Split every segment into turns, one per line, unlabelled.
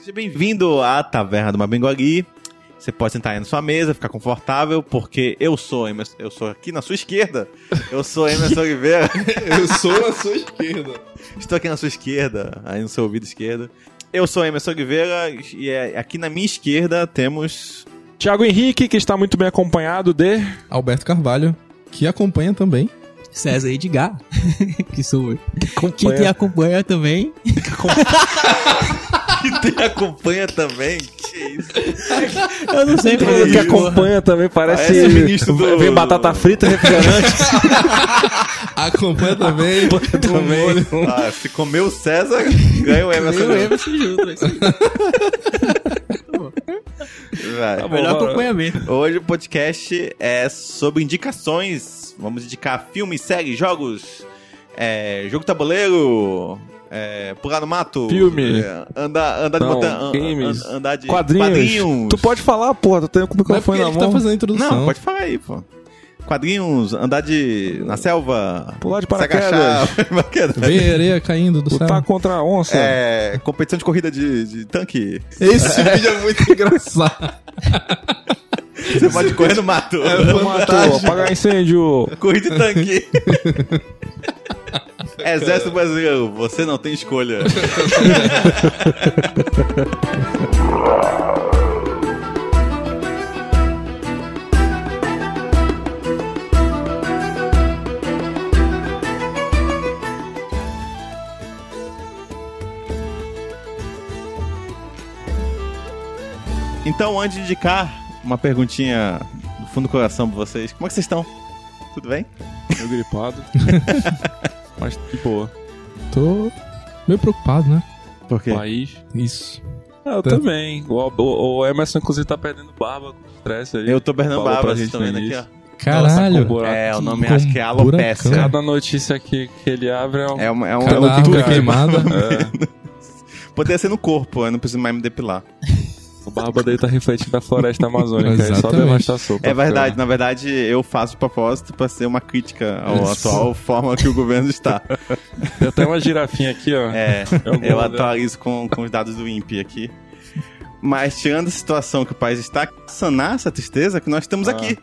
Seja bem-vindo à Taverna do Mabingo Agui. Você pode sentar aí na sua mesa, ficar confortável, porque eu sou Emerson, eu sou aqui na sua esquerda. Eu sou Emerson Oliveira.
Eu sou a sua esquerda.
Estou aqui na sua esquerda, aí no seu ouvido esquerdo. Eu sou Emerson Oliveira e é- aqui na minha esquerda temos.
Tiago Henrique, que está muito bem acompanhado de.
Alberto Carvalho, que acompanha também.
César Edgar, que sou eu. Que te acompanha também.
Que te acompanha também. Que isso?
Eu não sei como
que acompanha também, parece.
Parece ministro do-
Vem batata frita, refrigerante.
Acompanha também.
também.
Ah, se comer o César, ganha o Emerson.
um-
Eu e você junto. é isso aí.
Vai.
Tá bom.
Melhor
bora.
acompanhamento.
Hoje o podcast é sobre indicações. Vamos indicar filmes, séries, jogos, é, jogo tabuleiro, é, pular no mato,
Filme.
é, andar, andar de
Não,
montanha, an-
games,
an- andar de
Quadrinhos. Tu pode falar, porra, tu tem com o
Não é porque
microfone na
ele que tá
mão.
fazendo a introdução.
Não, pode falar aí, pô. Quadrinhos, andar de na selva,
Pular de
se
paraquedas.
agachar, paraquedas.
Vê a areia caindo do céu.
Lutar contra a onça.
É, competição de corrida de, de tanque.
Esse vídeo é muito engraçado.
Você pode correr no mato.
É, Matou, apagar incêndio.
Corrida de tanque. Exército Brasileiro, você não tem escolha. Então, antes de indicar, uma perguntinha do fundo do coração pra vocês. Como é que vocês estão? Tudo bem?
Meu gripado. Mas de boa.
Tô meio preocupado, né?
Por quê?
País.
Isso.
Ah, eu
Tá.
também. O, o- o Emerson, inclusive, tá perdendo barba com estresse aí.
Eu tô Bernardo
Falou pra
Bárbara, vocês
gente
estão vendo
no
aqui, né,
início.
ó.
Caralho.
Nossa,
É, o nome
com
acho que é alopécia.
buracão.
Cada notícia que, que ele abre é um.
É uma, é uma
Cada
loucura.
árvore queimada.
É,
Poderia ser Tá no corpo, eu não preciso mais me depilar.
o barba dele tá refletindo a floresta amazônica, é só
Exatamente.
devastação.
É verdade, na verdade eu faço de propósito pra ser uma crítica à
Isso.
atual forma que o governo está.
Tem até uma girafinha aqui, ó.
É,
Eu gosto
eu
dela.
atualizo com, com os dados do INPE aqui. Mas tirando a situação que o país está, sanar essa tristeza que nós estamos
Ah.
aqui.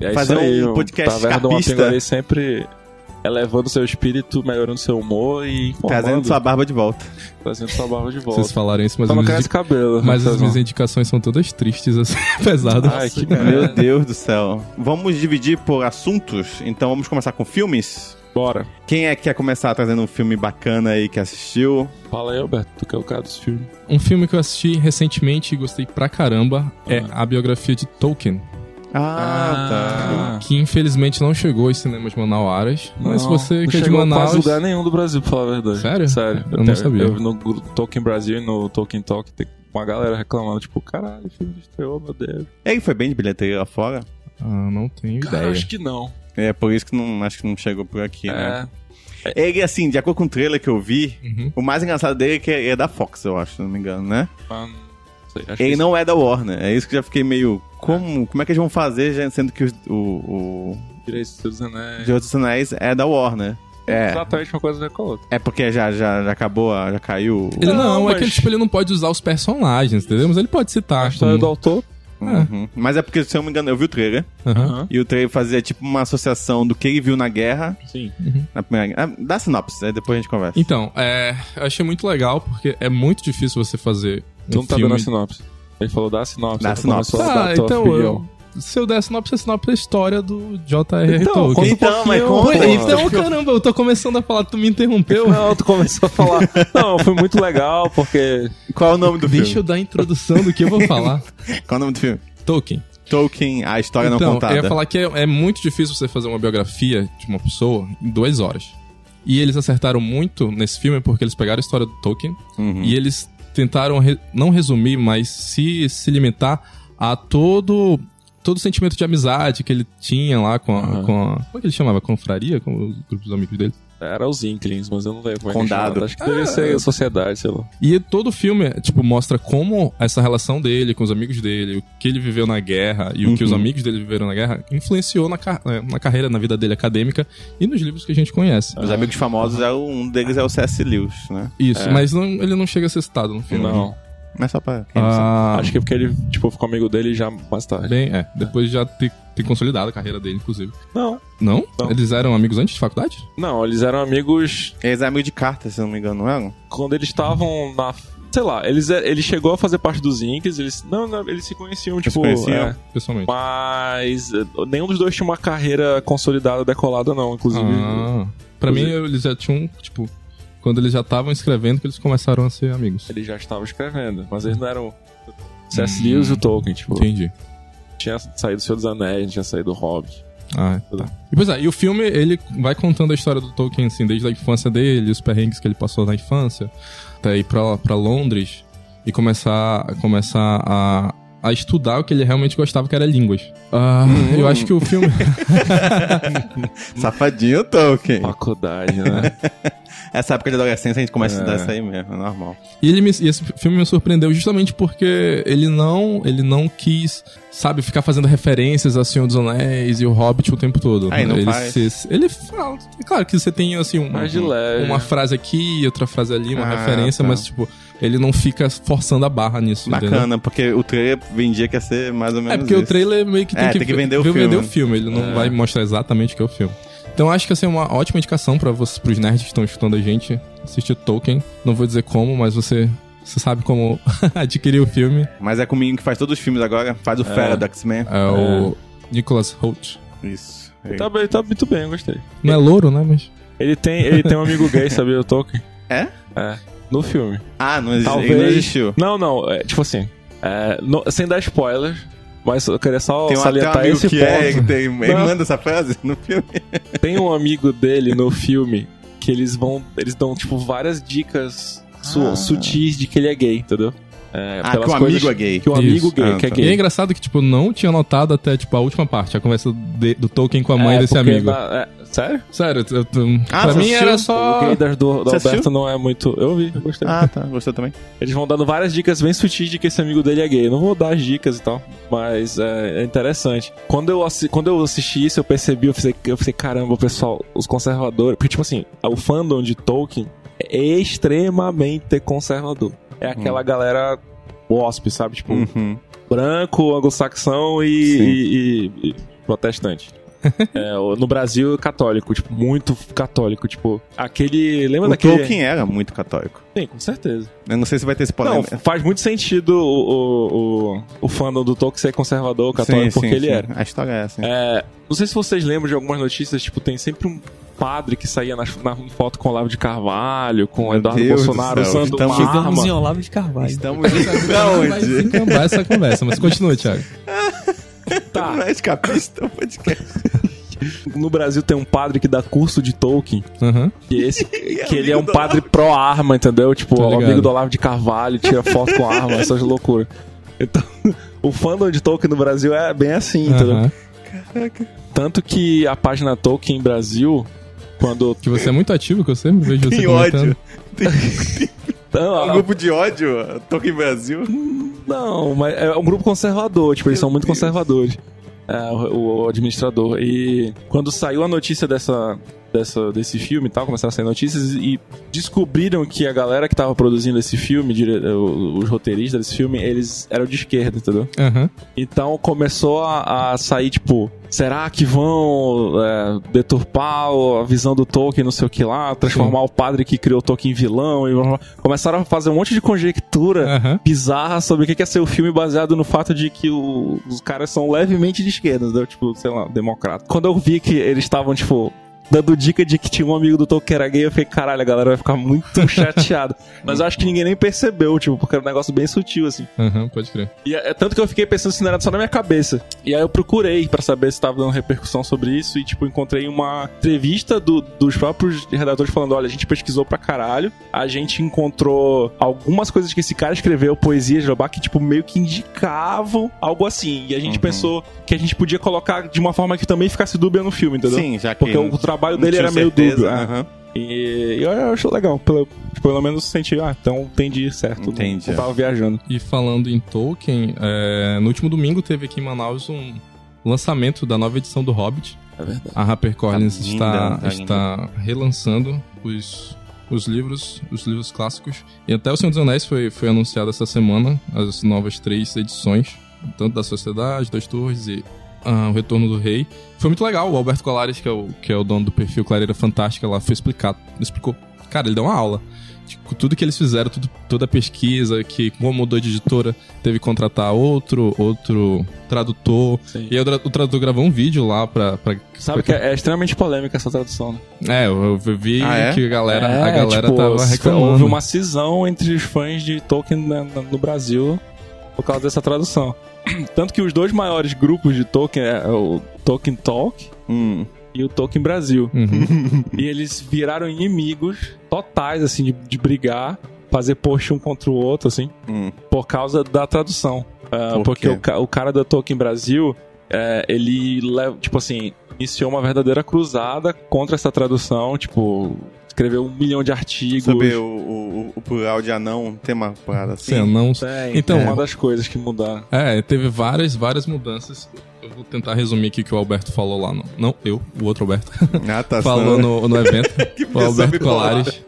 É isso
Fazer um
aí, o
podcast
Taverna do
escapista.
Mapinguari sempre elevando seu espírito, melhorando seu humor e informando,
Trazendo sua barba de volta.
trazendo sua barba de volta.
Vocês falaram isso, mas,
Só
as
não
minhas,
cresce cabelo.
indi- mas
né,
as minhas indicações são todas tristes, assim, pesadas.
Ai, que
Meu
merda.
Deus do céu. É. Vamos dividir por assuntos, então vamos começar com filmes.
Bora.
Quem é que quer começar trazendo um filme bacana aí que assistiu?
Fala aí, Alberto, tu que é o cara dos filmes.
Um filme que eu assisti recentemente e gostei pra caramba é a biografia de Tolkien,
Ah,
Ah.
que infelizmente não chegou aos cinemas manauaras. Mas se
Não,
você
não
que é de
chegou a quase
Manaus,
lugar nenhum do Brasil, pra falar a verdade.
Sério?
Sério.
Eu não
tenho-
sabia.
Eu, no gru- Tolkien Brasil e no Tolkien Talk, tem uma galera reclamando, tipo, caralho, o filme estreou, meu Deus.
tá. Ele foi bem de bilheteria lá fora?
ah, não tenho
Cara,
ideia.
acho que não.
É por isso que não, acho que não chegou por aqui, né?
É.
Ele, assim, de acordo com o trailer que eu vi,
Uhum.
o mais engraçado dele é que ele é da Fox, eu acho, se não me engano, né?
mas não sei, acho
Ele
que
não é da Warner, é isso que eu já fiquei meio... Como, como é que eles vão fazer, já- sendo que os- o,
Direitos dos
o
Anéis.
Senhor dos Anéis é da Warner? É,
Exatamente uma coisa né, com a outra.
é porque já, já, já acabou, a- já caiu...
Ele
Não,
não,
mas-
é que ele, tipo, ele não pode usar os personagens, entendeu? Mas ele pode citar.
A história do
como-
autor.
Uhum. Mas é porque, se eu não me engano, eu vi o trailer,
Aham.
e o trailer fazia tipo uma associação do que ele viu na guerra,
Sim.
na primeira guerra... Ah, Dá sinopse, aí depois a gente conversa.
Então, é, eu achei muito legal, porque é muito difícil você fazer um
Tu não tá
filme...
dando a sinopse. Ele falou da sinopse.
Dá
ele
sinopse.
começou a
Tá,
dar tua
então,
opinião.
eu- se eu der a sinopse, a sinopse é a história do J.R.R.
Então,
Tolkien.
conta um
Então, mas
pouquinho,
conta,
pô.
aí,
Então, caramba, eu tô começando a falar, tu me interrompeu?
Não, tu começou a falar. Não, foi muito legal, porque.
Qual é o nome do
Deixa
filme?
eu dar a introdução do que eu vou falar.
Qual é o nome do filme?
Tolkien.
Tolkien, a história não
Então,
contada.
eu ia falar que é, é muito difícil você fazer uma biografia de uma pessoa em duas horas. E eles acertaram muito nesse filme porque eles pegaram a história do Tolkien
Uhum.
e eles tentaram re- não resumir, mas se, se limitar a todo todo o sentimento de amizade que ele tinha lá com a,
Aham.
com a- como é que ele chamava? Confraria? Com os grupos de amigos dele?
Era os Inklings, mas eu não lembro. como é que
Condado.
chamava. Acho que
Ah.
devia ser a sociedade, sei lá.
E todo o filme, tipo, mostra como essa relação dele com os amigos dele, o que ele viveu na guerra e o que
Uhum.
os amigos dele viveram na guerra, influenciou na, car- eh, na carreira, na vida dele acadêmica e nos livros que a gente conhece.
Os amigos famosos, é o- um deles é o C.S. Lewis, né?
Isso,
É.
mas não- ele não chega a ser citado no filme.
Não.
Mas só pra.
Uhum. Ah,
Acho que é porque ele, tipo, ficou amigo dele já mais tarde.
bem, é. Depois já ter, ter consolidado a carreira dele, inclusive.
Não,
Não?
Não.
Eles eram amigos antes de faculdade?
não, eles eram amigos
Eles eram amigos de carta, se eu não me engano, não é, eram?
quando eles estavam na. Sei lá, eles, ele chegou a fazer parte dos Inks, eles. Não, não, eles se conheciam, tipo.
conheciam?
é.
Pessoalmente.
mas eh, nenhum dos dois tinha uma carreira consolidada, decolada, não. Inclusive,
Ah, pra mim, eles já tinham, tipo, quando eles já estavam escrevendo que eles começaram a ser amigos.
ele já estava escrevendo, mas eles não eram. C.S. Lewis e o Tolkien, tipo.
Entendi.
Tinha saído o Senhor dos Anéis, tinha saído o Hobbit.
Ah, tá. E, pois é, e o filme, ele vai contando a história do Tolkien, assim, desde a infância dele, os perrengues que ele passou na infância, até ir pra, pra Londres e começar, começar a, a estudar o que ele realmente gostava, que era línguas. Ah, eu acho que o filme...
Safadinho Tolkien.
Ah. Faculdade, né?
Essa época de adolescência a gente começa a estudar
É.
isso aí mesmo, é normal.
E, ele me- e esse filme me surpreendeu justamente porque ele não, ele não quis, sabe, ficar fazendo referências a Senhor dos Anéis e o Hobbit o tempo todo.
Ah, e não
ele,
faz?
se- ele fala. É claro que você tem, assim, uma,
Mas de leve.
uma frase aqui, outra frase ali, uma
É. Ah,
referência,
tá.
mas, tipo, ele não fica forçando a barra nisso. entendeu?
Bacana, porque o trailer vendia que ia ser mais ou menos
É porque o
isso.
trailer meio que tem,
É,
que,
tem que vender o
vender
filme. É.
Ele não vai mostrar exatamente o que é o filme. Então acho que assim, é uma ótima indicação para vocês, pros nerds que estão escutando a gente, assistir Tolkien. Não vou dizer como, mas você, você sabe como adquirir o filme.
Mas é comigo que faz todos os filmes agora, faz o Fera do X-Men.
É o Nicholas Holt.
Isso.
tá, bem, tá muito bem, eu gostei.
Não é louro, né? Mas.
Ele tem, ele tem um amigo gay, sabia, o Tolkien?
É?
É. No filme.
Ah, não, exi-
Talvez-
não existiu.
Não, não, é, tipo assim. é, no- sem dar spoiler, mas eu queria só
Tem um, tem um
salientar
amigo
esse
que
ponto.
é, que tem, ele
Não.
manda essa frase no filme.
Tem um amigo dele no filme que eles vão. Eles dão, tipo, várias dicas su-
Ah.
sutis de que ele é gay, entendeu? É,
Ah,
pelas
que o
coisas
amigo é gay.
Que o amigo
Isso.
gay,
Ah,
que é
tá.
E é
gay.
engraçado que, tipo, não tinha notado até, tipo, a última parte, a conversa de- do Tolkien com a mãe
É,
desse
porque
amigo.
na- é, sério?
Sério, eu- eu-
tá- Ah,
pra
você
mim era
assistiu?
só.
O gay das do, do
Você
Alberto
assistiu?
não é muito. Eu vi, eu gostei.
Ah, tá. Gostou também?
Eles vão dando várias dicas bem sutis de que esse amigo dele é gay. Eu não vou dar as dicas e tal, mas é, é interessante. Quando eu, assi- quando eu assisti isso, eu percebi, eu pensei, eu pensei, caramba, pessoal, os conservadores. Porque, tipo assim, o fandom de Tolkien é extremamente conservador. É aquela
Hum.
galera wasp, sabe? Tipo,
Uhum.
branco, anglo-saxão e,
Sim.
e- e- e protestante. É, o- no Brasil, católico, tipo, muito católico. Tipo, aquele. Lembra
O
daquele.
Tolkien era muito católico.
Tem, com certeza.
Eu não sei se vai ter esse
Não,
polêmica.
faz muito sentido o, o, o, o fandom do Tolkien ser conservador, católico, porque ele era.
A história é assim.
É, não sei se vocês lembram de algumas notícias, tipo, tem sempre um padre que saía na, na foto com Olavo de Carvalho, com
Meu
Eduardo
Deus do
Bolsonaro
céu,
usando
estamos-
uma
Chegamos em
arma.
Olavo de Carvalho.
Estamos indo pra
Tá Vai
onde?
desencabar essa conversa, mas continua, Thiago.
Não
Tá,
é escapista o podcast.
no Brasil tem um padre que dá curso de Tolkien,
Aham.
que, esse,
é
que ele é
amigo do
um padre pró-arma, entendeu? Tipo,
Tô
o
ligado.
amigo do Olavo de Carvalho, tira foto com arma, essas loucuras. Então, o fandom de Tolkien no Brasil é bem assim,
Então,
entendeu?
aham.
Tanto que a página Tolkien Brasil, quando.
Que você é muito ativo, que eu sempre vejo você
Tem
comentando.
ódio.
Ah,
Um
Não,
grupo de ódio, Tolkien Brasil.
não, mas é um grupo conservador, tipo, eles são muito conservadores. é, o, o administrador. E quando saiu a notícia dessa, dessa, desse filme e tal, começaram a sair notícias e descobriram que a galera que tava produzindo esse filme, dire- o- os roteiristas desse filme, eles eram de esquerda, entendeu?
Aham.
Então começou a, a sair, tipo, será que vão é, deturpar o- a visão do Tolkien, não sei o que lá, transformar o padre que criou o Tolkien em vilão? E blá, blá, blá. começaram a fazer um monte de conjectura
Aham.
bizarra sobre o que que ia ser o filme baseado no fato de que o- os caras são levemente de esquerda, entendeu? tipo, sei lá, democrata. Quando eu vi que eles estavam, tipo. Dando dica de que tinha um amigo do Tolkien que era gay, eu fiquei, caralho, a galera vai ficar muito chateada. Mas eu acho que ninguém nem percebeu, tipo, porque era um negócio bem sutil, assim.
Aham, pode crer.
E é é tanto que eu fiquei pensando se não era só na minha cabeça. E aí eu procurei pra saber se tava dando repercussão sobre isso e, tipo, encontrei uma entrevista do- dos próprios redatores falando: olha, a gente pesquisou pra caralho, a gente encontrou algumas coisas que esse cara escreveu, poesias de Jobá, que, tipo, meio que indicavam algo assim. E a gente
Uhum.
pensou que a gente podia colocar de uma forma que também ficasse dúbia no filme, entendeu?
Sim, já que.
Porque o trabalho
não
dele
tinha
era meio
certeza, né?
dúbio. é.
aham.
E, e eu, eu acho legal. Pelo, pelo menos senti, ah, então entendi certo.
Entendi,
Eu
é.
tava viajando.
E falando em Tolkien, é, no último domingo teve aqui em Manaus um lançamento da nova edição do Hobbit.
É verdade.
A HarperCollins
Tá linda, tá
está,
linda.
está relançando os, os livros, os livros clássicos. E até O Senhor dos Anéis foi, foi anunciado essa semana, as novas três edições, tanto da Sociedade, das Torres e ah, O Retorno do Rei. Foi muito legal, o Alberto Colares, que é o, que é o dono do perfil Clareira Fantástica, lá foi explicar, explicou. Cara, ele deu uma aula. Tipo, tudo que eles fizeram, tudo, toda a pesquisa, que como mudou de editora, teve que contratar outro, outro tradutor.
Sim.
E aí o, tra- o tradutor gravou um vídeo lá pra, pra
Sabe que é, é extremamente polêmica essa tradução, né?
é, eu eu vi
Ah, é?
que a galera,
É,
a galera
tipo,
tava
se-
reclamando.
Houve uma cisão entre os fãs de Tolkien na- na- no Brasil por causa dessa tradução. Tanto que os dois maiores grupos de Tolkien é o Tolkien Talk
Hum.
e o Tolkien Brasil.
Uhum.
E eles viraram inimigos totais, assim, de, de brigar, fazer post um contra o outro, assim,
Hum.
por causa da tradução. Ah,
Por
porque
quê?
o, ca- o cara da Tolkien Brasil, é, ele leva, tipo assim, iniciou uma verdadeira cruzada contra essa tradução, tipo, escreveu um milhão de artigos.
Saber o, o, o plural de anão, tem uma parada assim.
Sim, não.
Tem,
Então,
então, uma das coisas que mudaram.
É, teve várias, várias mudanças. Eu vou tentar resumir aqui o que o Alberto falou lá. Não, não eu, o outro Alberto.
Ah, tá.
falou no, no evento. o
pessoa
Alberto
bipolar.
Colares.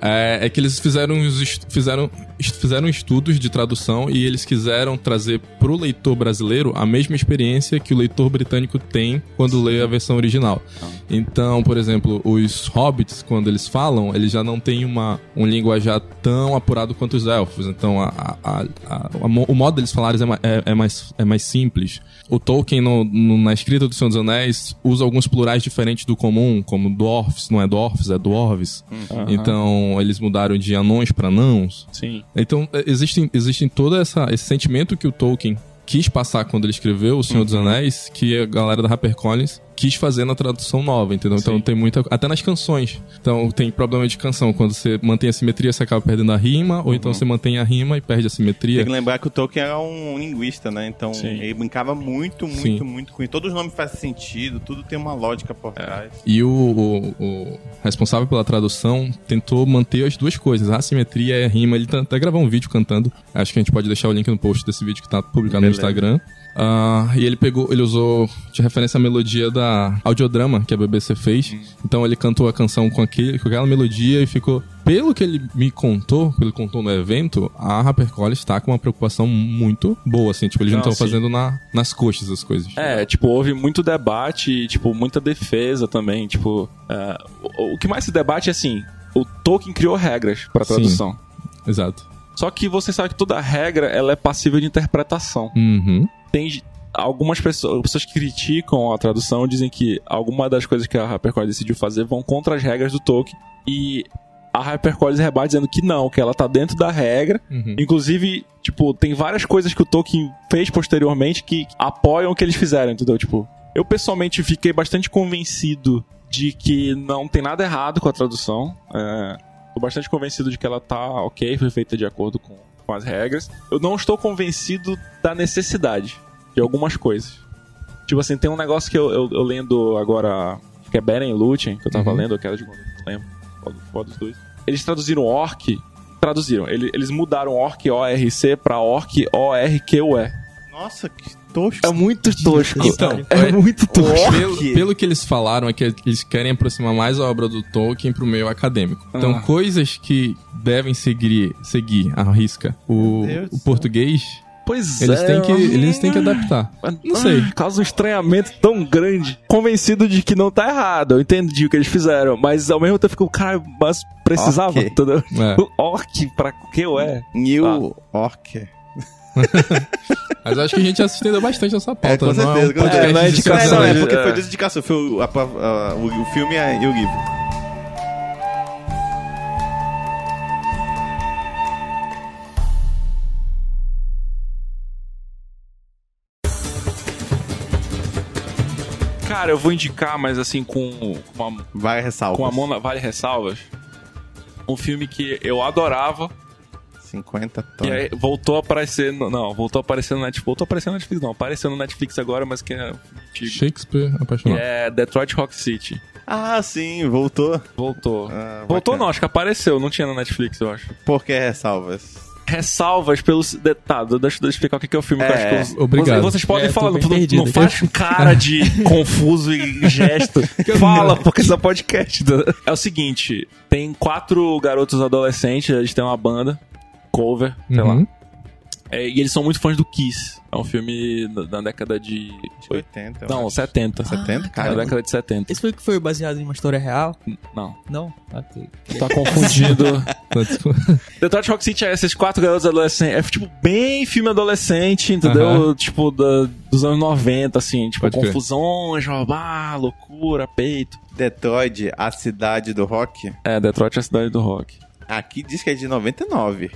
É, é que eles fizeram, os est- fizeram, est- fizeram estudos de tradução e eles quiseram trazer pro leitor brasileiro a mesma experiência que o leitor britânico tem quando lê a versão original. Então, por exemplo, os hobbits, quando eles falam, eles já não têm uma, um linguajar tão apurado quanto os elfos. Então, a, a- a- a- a mo- o modo deles falarem é, ma- é- é mais, é mais simples. O Tolkien, no- no- na escrita do Senhor dos Anéis, usa alguns plurais diferentes do comum, como dwarfs, não é dwarfs, é dwarves.
Uhum.
Uhum.
Então, eles mudaram de anões para anãos.
Sim.
Então, é, existem, existem todo essa, esse sentimento que o Tolkien quis passar quando ele escreveu O Senhor dos Anéis, que a galera da HarperCollins quis fazer na tradução nova, entendeu? Então
Sim.
tem muita... Até nas canções. Então tem problema de canção. Quando você mantém a simetria, você acaba perdendo a rima, ou então você mantém a rima e perde a
Tem
simetria.
que lembrar que o Tolkien era um linguista, né? Então
Sim.
ele brincava muito, muito,
Sim.
muito com isso. Todos os nomes fazem sentido, tudo tem uma lógica por trás.
E o, o- o responsável pela tradução tentou manter as duas coisas, a simetria e a rima. Ele tá- até gravou um vídeo cantando. Acho que a gente pode deixar o link no post desse vídeo que tá publicado
Beleza.
no Instagram. Ah, e ele pegou, ele usou de referência a melodia da audiodrama que a BBC fez. Então ele cantou a canção com, aquele, com aquela melodia e ficou. Pelo que ele me contou, pelo que ele contou no evento, a HarperCollins está com uma preocupação muito boa, assim. Tipo, eles não
Não,
estão
sim.
fazendo na- nas coxas as coisas.
É, tipo, houve muito debate e, tipo, muita defesa também. Tipo, é, o, o que mais se debate é assim: o Tolkien criou regras pra
Sim.
tradução.
Exato.
Só que você sabe que toda regra ela é passível de interpretação.
Uhum.
Tem ge- algumas pessoas, pessoas que criticam a tradução dizem que alguma das coisas que a HarperCollins decidiu fazer vão contra as regras do Tolkien e a HarperCollins rebate dizendo que não, que ela tá dentro da regra
uhum.
Inclusive, tipo, tem várias coisas que o Tolkien fez posteriormente que apoiam o que eles fizeram, entendeu? Tipo, eu pessoalmente fiquei bastante convencido de que não tem nada errado com a tradução. É, tô bastante convencido de que ela tá ok, foi feita de acordo com, com as regras. Eu não estou convencido da necessidade de algumas coisas. Tipo assim, tem um negócio que eu, eu, eu lendo agora, que é Beren Lúthien, que eu tava
Uhum.
lendo, aquela de não lembro, qual, qual dos dois. Eles traduziram orc traduziram. Ele- Eles mudaram orc ORC pra orc ORQE.
Nossa, que tosco.
É muito tosco.
Então,
é muito tosco.
Pelo, pelo que eles falaram é que eles querem aproximar mais a obra do Tolkien pro meio acadêmico. Então,
Ah.
coisas que devem seguir, seguir a risca o,
Meu Deus
o
do céu.
português,
Pois
eles,
é.
têm que, eles têm que adaptar. não sei.
Ah, Causa um estranhamento tão grande. Convencido de que não tá errado. Eu entendi o que eles fizeram. Mas ao mesmo tempo eu fico, caralho, mas precisava,
Ok.
entendeu?
É.
Orc pra é? QE.
New Orc.
Mas acho que a gente já se estendeu bastante essa pauta.
É, com
não
certeza,
é
com
um podcast
certeza. É, não é
de
Não,
indicação,
cinema.
não, é
é-
porque
é.
foi desindicação. Foi o, a- a- o, o filme é, e o livro.
Cara, eu vou indicar, mas assim, com uma,
Vai ressalva.
com a mão na vale ressalvas. Um filme que eu adorava,
50
Tá.
E
tons.
aí voltou a aparecer. no- Não, voltou a aparecer no Netflix. Voltou a aparecer no Netflix, não. Apareceu no Netflix agora, mas que é antigo.
Shakespeare
Que
apaixonado.
é Detroit Rock City.
Ah, sim, voltou.
Voltou.
Ah,
voltou
bacana.
não, acho que apareceu. Não tinha no Netflix, eu acho.
Por que ressalvas?
ressalvas pelos. de- Tá, deixa, deixa eu explicar o que que é o filme. que eu
É,
acho que eu-
obrigado.
Vocês podem
É, tô
falar, não,
bem
não,
perdido.
não faz cara de confuso e gesto. Fala, porque isso é podcast. É o seguinte: tem quatro garotos adolescentes, eles têm uma banda, cover, sei lá.
Uhum.
É, e eles são muito fãs do Kiss. É um filme da, da década de.
80.
Não, Ah,
mano.
70.
70,
Na
cara.
década de 70.
Esse foi o que foi baseado em uma história real?
Não.
Não? Ok.
Tá confundido.
Tá, desculpa.
Detroit Rock City é esses quatro garotos adolescentes. É, tipo, bem filme adolescente, entendeu?
Aham.
Tipo, da- dos anos 90, assim. Tipo,
Pode crer.
confusões, roubar, loucura, peito.
Detroit, a cidade do rock.
É, Detroit é a cidade do rock.
Aqui diz que é de 99.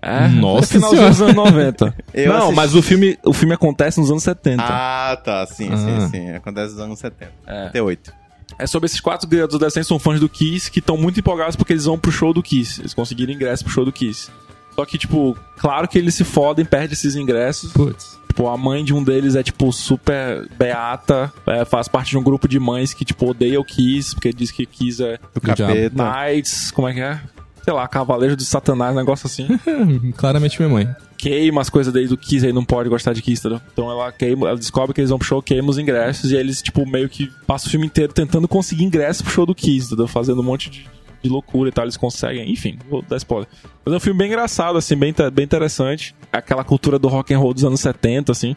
É,
Nossa
é final
Senhora.
dos anos 90.
Eu
Não,
assisti-
mas o filme, o filme acontece nos anos 70.
Ah, tá. Sim,
Ah.
sim, sim. Acontece nos anos 70.
Então. É.
78.
É sobre esses quatro garotos adolescentes que são fãs do Kiss, que estão muito empolgados porque eles vão pro show do Kiss. Eles conseguiram ingresso pro show do Kiss. Só que, tipo, claro que eles se fodem, perdem esses ingressos.
Putz.
Tipo, a mãe de um deles é, tipo, super beata, é, faz parte de um grupo de mães que, tipo, odeia o Kiss, porque diz que Kiss é
Do
diabo.
capeta.
Knights, como é que é? Sei lá, Cavaleiro de Satanás, negócio assim.
Hum, Claramente minha mãe.
queima as coisas dele do Kiss, aí não pode gostar de Kiss, entendeu? Então ela queima, ela descobre que eles vão pro show, queima os ingressos, e aí eles, tipo, meio que passa o filme inteiro tentando conseguir ingresso pro show do Kiss, entendeu? Fazendo um monte de, de loucura e tal, eles conseguem, enfim, vou dar spoiler. Mas é um filme bem engraçado, assim, bem, inter- bem interessante. É Aquela cultura do rock and roll dos anos 70, assim.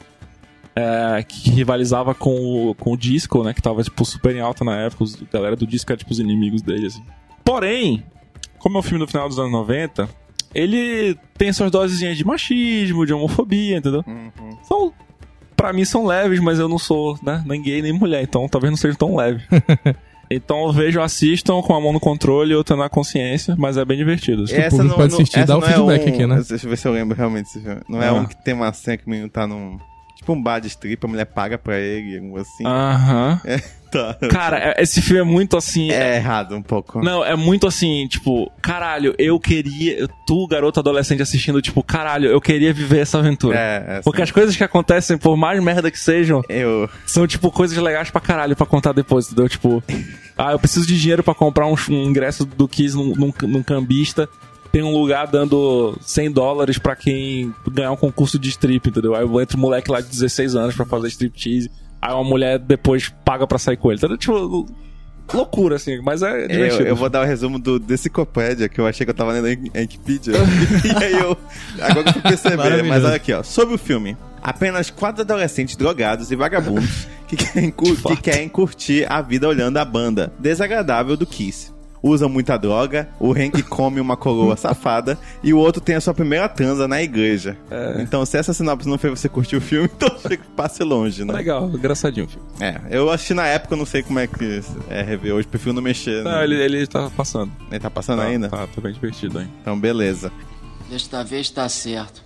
é, que rivalizava com o, com o disco, né? Que tava, tipo, super em alta na época. Os, a galera do disco era, tipo, os inimigos dele, assim. Porém, como é um filme do final dos anos 90, ele tem suas dosezinhas de machismo, de homofobia, entendeu?
Uhum.
São, pra mim são leves, mas eu não sou, né, nem gay nem mulher, então talvez não seja tão leve. então eu vejo, assistam com a mão no controle e outra na consciência, mas é bem divertido. assim.
o público pode assistir, dá o feedback aqui, né?
é um- Deixa eu ver se eu lembro realmente desse filme. Não é
Ah.
um que tem uma cena que o menino tá num. Tipo um bar de strip, a mulher paga pra ele, algo assim.
Ah. Aham.
Tá.
Cara, é- esse filme é muito assim.
É errado um pouco.
Não, é muito assim, tipo, caralho, eu queria. eu- Tu, garoto adolescente, assistindo, tipo, caralho, eu queria viver essa aventura.
É, é
Porque as coisas que acontecem, por mais merda que sejam,
Eu.
são, tipo, coisas legais pra caralho pra contar depois, entendeu? Tipo, ah, eu preciso de dinheiro pra comprar um, um ingresso do Kiss num, num, num cambista. Tem um lugar dando 100 dólares pra quem ganhar um concurso de strip, entendeu? Aí entra um moleque lá de 16 anos pra fazer striptease. Aí uma mulher depois paga pra sair com ele. Então, tipo, loucura, assim, mas é
Eu,
divertido.
eu vou dar o resumo do Decicopédia, que eu achei que eu tava lendo a Wikipedia. e aí eu. Agora que eu fui perceber, mas
Maravilhoso.
olha aqui, ó. Sobre o filme. Apenas quatro adolescentes drogados e vagabundos que querem, cur- que querem curtir a vida olhando a banda desagradável do Kiss. Usam muita droga, o Hank come uma coroa safada e o outro tem a sua primeira transa na igreja.
É.
Então, se essa sinopse não fez você curtir o filme, então achei que passe longe, né?
Legal, engraçadinho o filme.
É, eu assisti na época, eu não sei como é que é rever hoje, prefiro não mexer.
Não,
né?
ele, ele tá passando.
Ele tá passando
tá,
ainda?
Tá, tá bem divertido, hein?
Então, beleza.
Desta vez tá certo.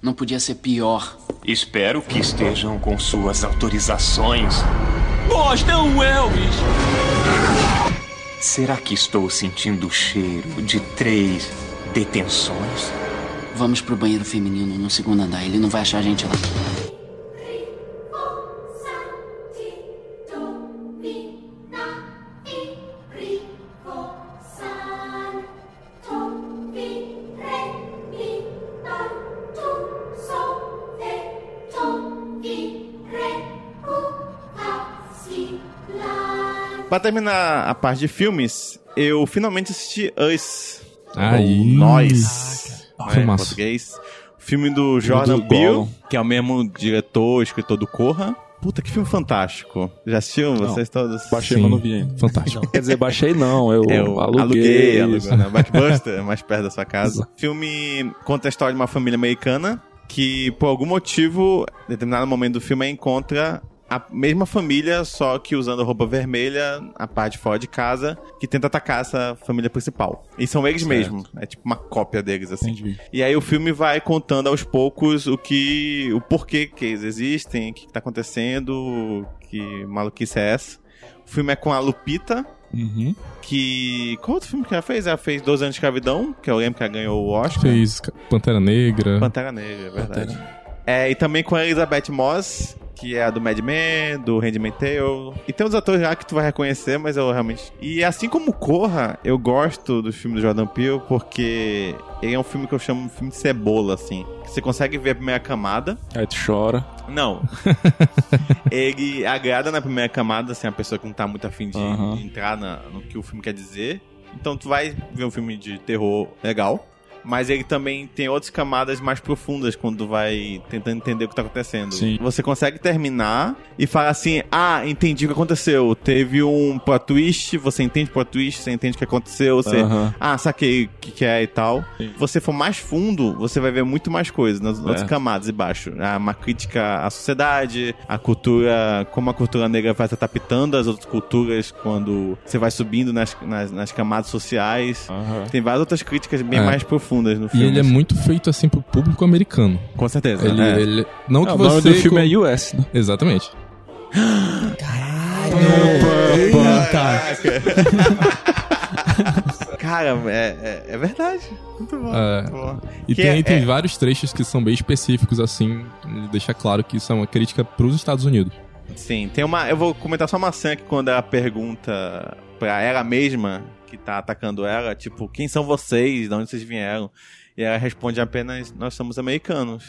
Não podia ser pior.
Espero que estejam com suas autorizações.
Gostam, Elvis!
Será que estou sentindo o cheiro de três detenções?
Vamos pro banheiro feminino no segundo andar. Ele não vai achar a gente lá.
Pra terminar a parte de filmes, eu finalmente assisti Us.
Aí.
Ou Nós.
Caraca.
né, em
Ah, Filmaço.
português. O filme do Jordan
do Gollum.
Peele, que é o mesmo diretor, escritor do Corra. Puta, que filme fantástico. Já assistiram vocês todos?
Baixei, mas não vi ainda.
Fantástico.
Quer dizer, baixei não, eu,
Eu
aluguei.
aluguei, aluguei né? Blockbuster, mais perto da sua casa. O filme conta a história de uma família americana que, por algum motivo, em determinado momento do filme, encontra a mesma família, só que usando roupa vermelha, a parte de fora de casa, que tenta atacar essa família principal. E são eles mesmos, é tipo uma cópia deles, assim.
Entendi.
E aí o filme vai contando aos poucos o que. o porquê que eles existem, o que, que tá acontecendo, que maluquice é essa. O filme é com a Lupita,
Uhum.
que. Qual outro filme que ela fez? Ela fez 12 anos de escravidão, que eu lembro que é. ela ganhou o Oscar.
Fez Pantera Negra.
Pantera Negra, é verdade. É, e também com a Elizabeth Moss, que é a do Mad Men, do Handmaid Tale. E tem uns atores lá que tu vai reconhecer, mas eu realmente... E assim como Corra, eu gosto do filme do Jordan Peele, porque ele é um filme que eu chamo de filme de cebola, assim. Você consegue ver a primeira camada,
Aí tu chora.
não. ele é agrada na primeira camada, assim, a pessoa que não tá muito afim de,
Aham.
de entrar na- no que o filme quer dizer. Então tu vai ver um filme de terror legal. Mas ele também tem outras camadas mais profundas quando tu vai tentando entender o que tá acontecendo.
Sim.
Você consegue terminar e falar assim: ah, entendi o que aconteceu. Teve um plot twist, você entende o plot twist, você entende o que aconteceu, você
Aham.
ah, saquei o que, que é e tal.
Sim.
Você for mais fundo, você vai ver muito mais coisas nas outras camadas embaixo. Há uma crítica à sociedade, à cultura, como a cultura negra vai se adaptando às outras culturas quando você vai subindo nas, nas, nas camadas sociais.
Aham.
Tem várias outras críticas bem
É.
mais profundas no
E
filme.
ele é muito feito assim pro público americano.
Com certeza.
Ele,
é.
ele- não que
Ah, o
você
nome do filme
com-
é US, né?
Exatamente.
Eita.
Cara, é, é, é verdade. Muito bom.
É.
muito bom.
E
Que
tem,
é-
tem
é-
vários trechos que são bem específicos, assim. Ele deixa claro que isso é uma crítica pros Estados Unidos.
Sim, tem uma. Eu vou comentar só uma cena que quando ela pergunta pra ela mesma, que tá atacando ela, tipo, quem são vocês? De onde vocês vieram? E ela responde apenas, nós somos americanos.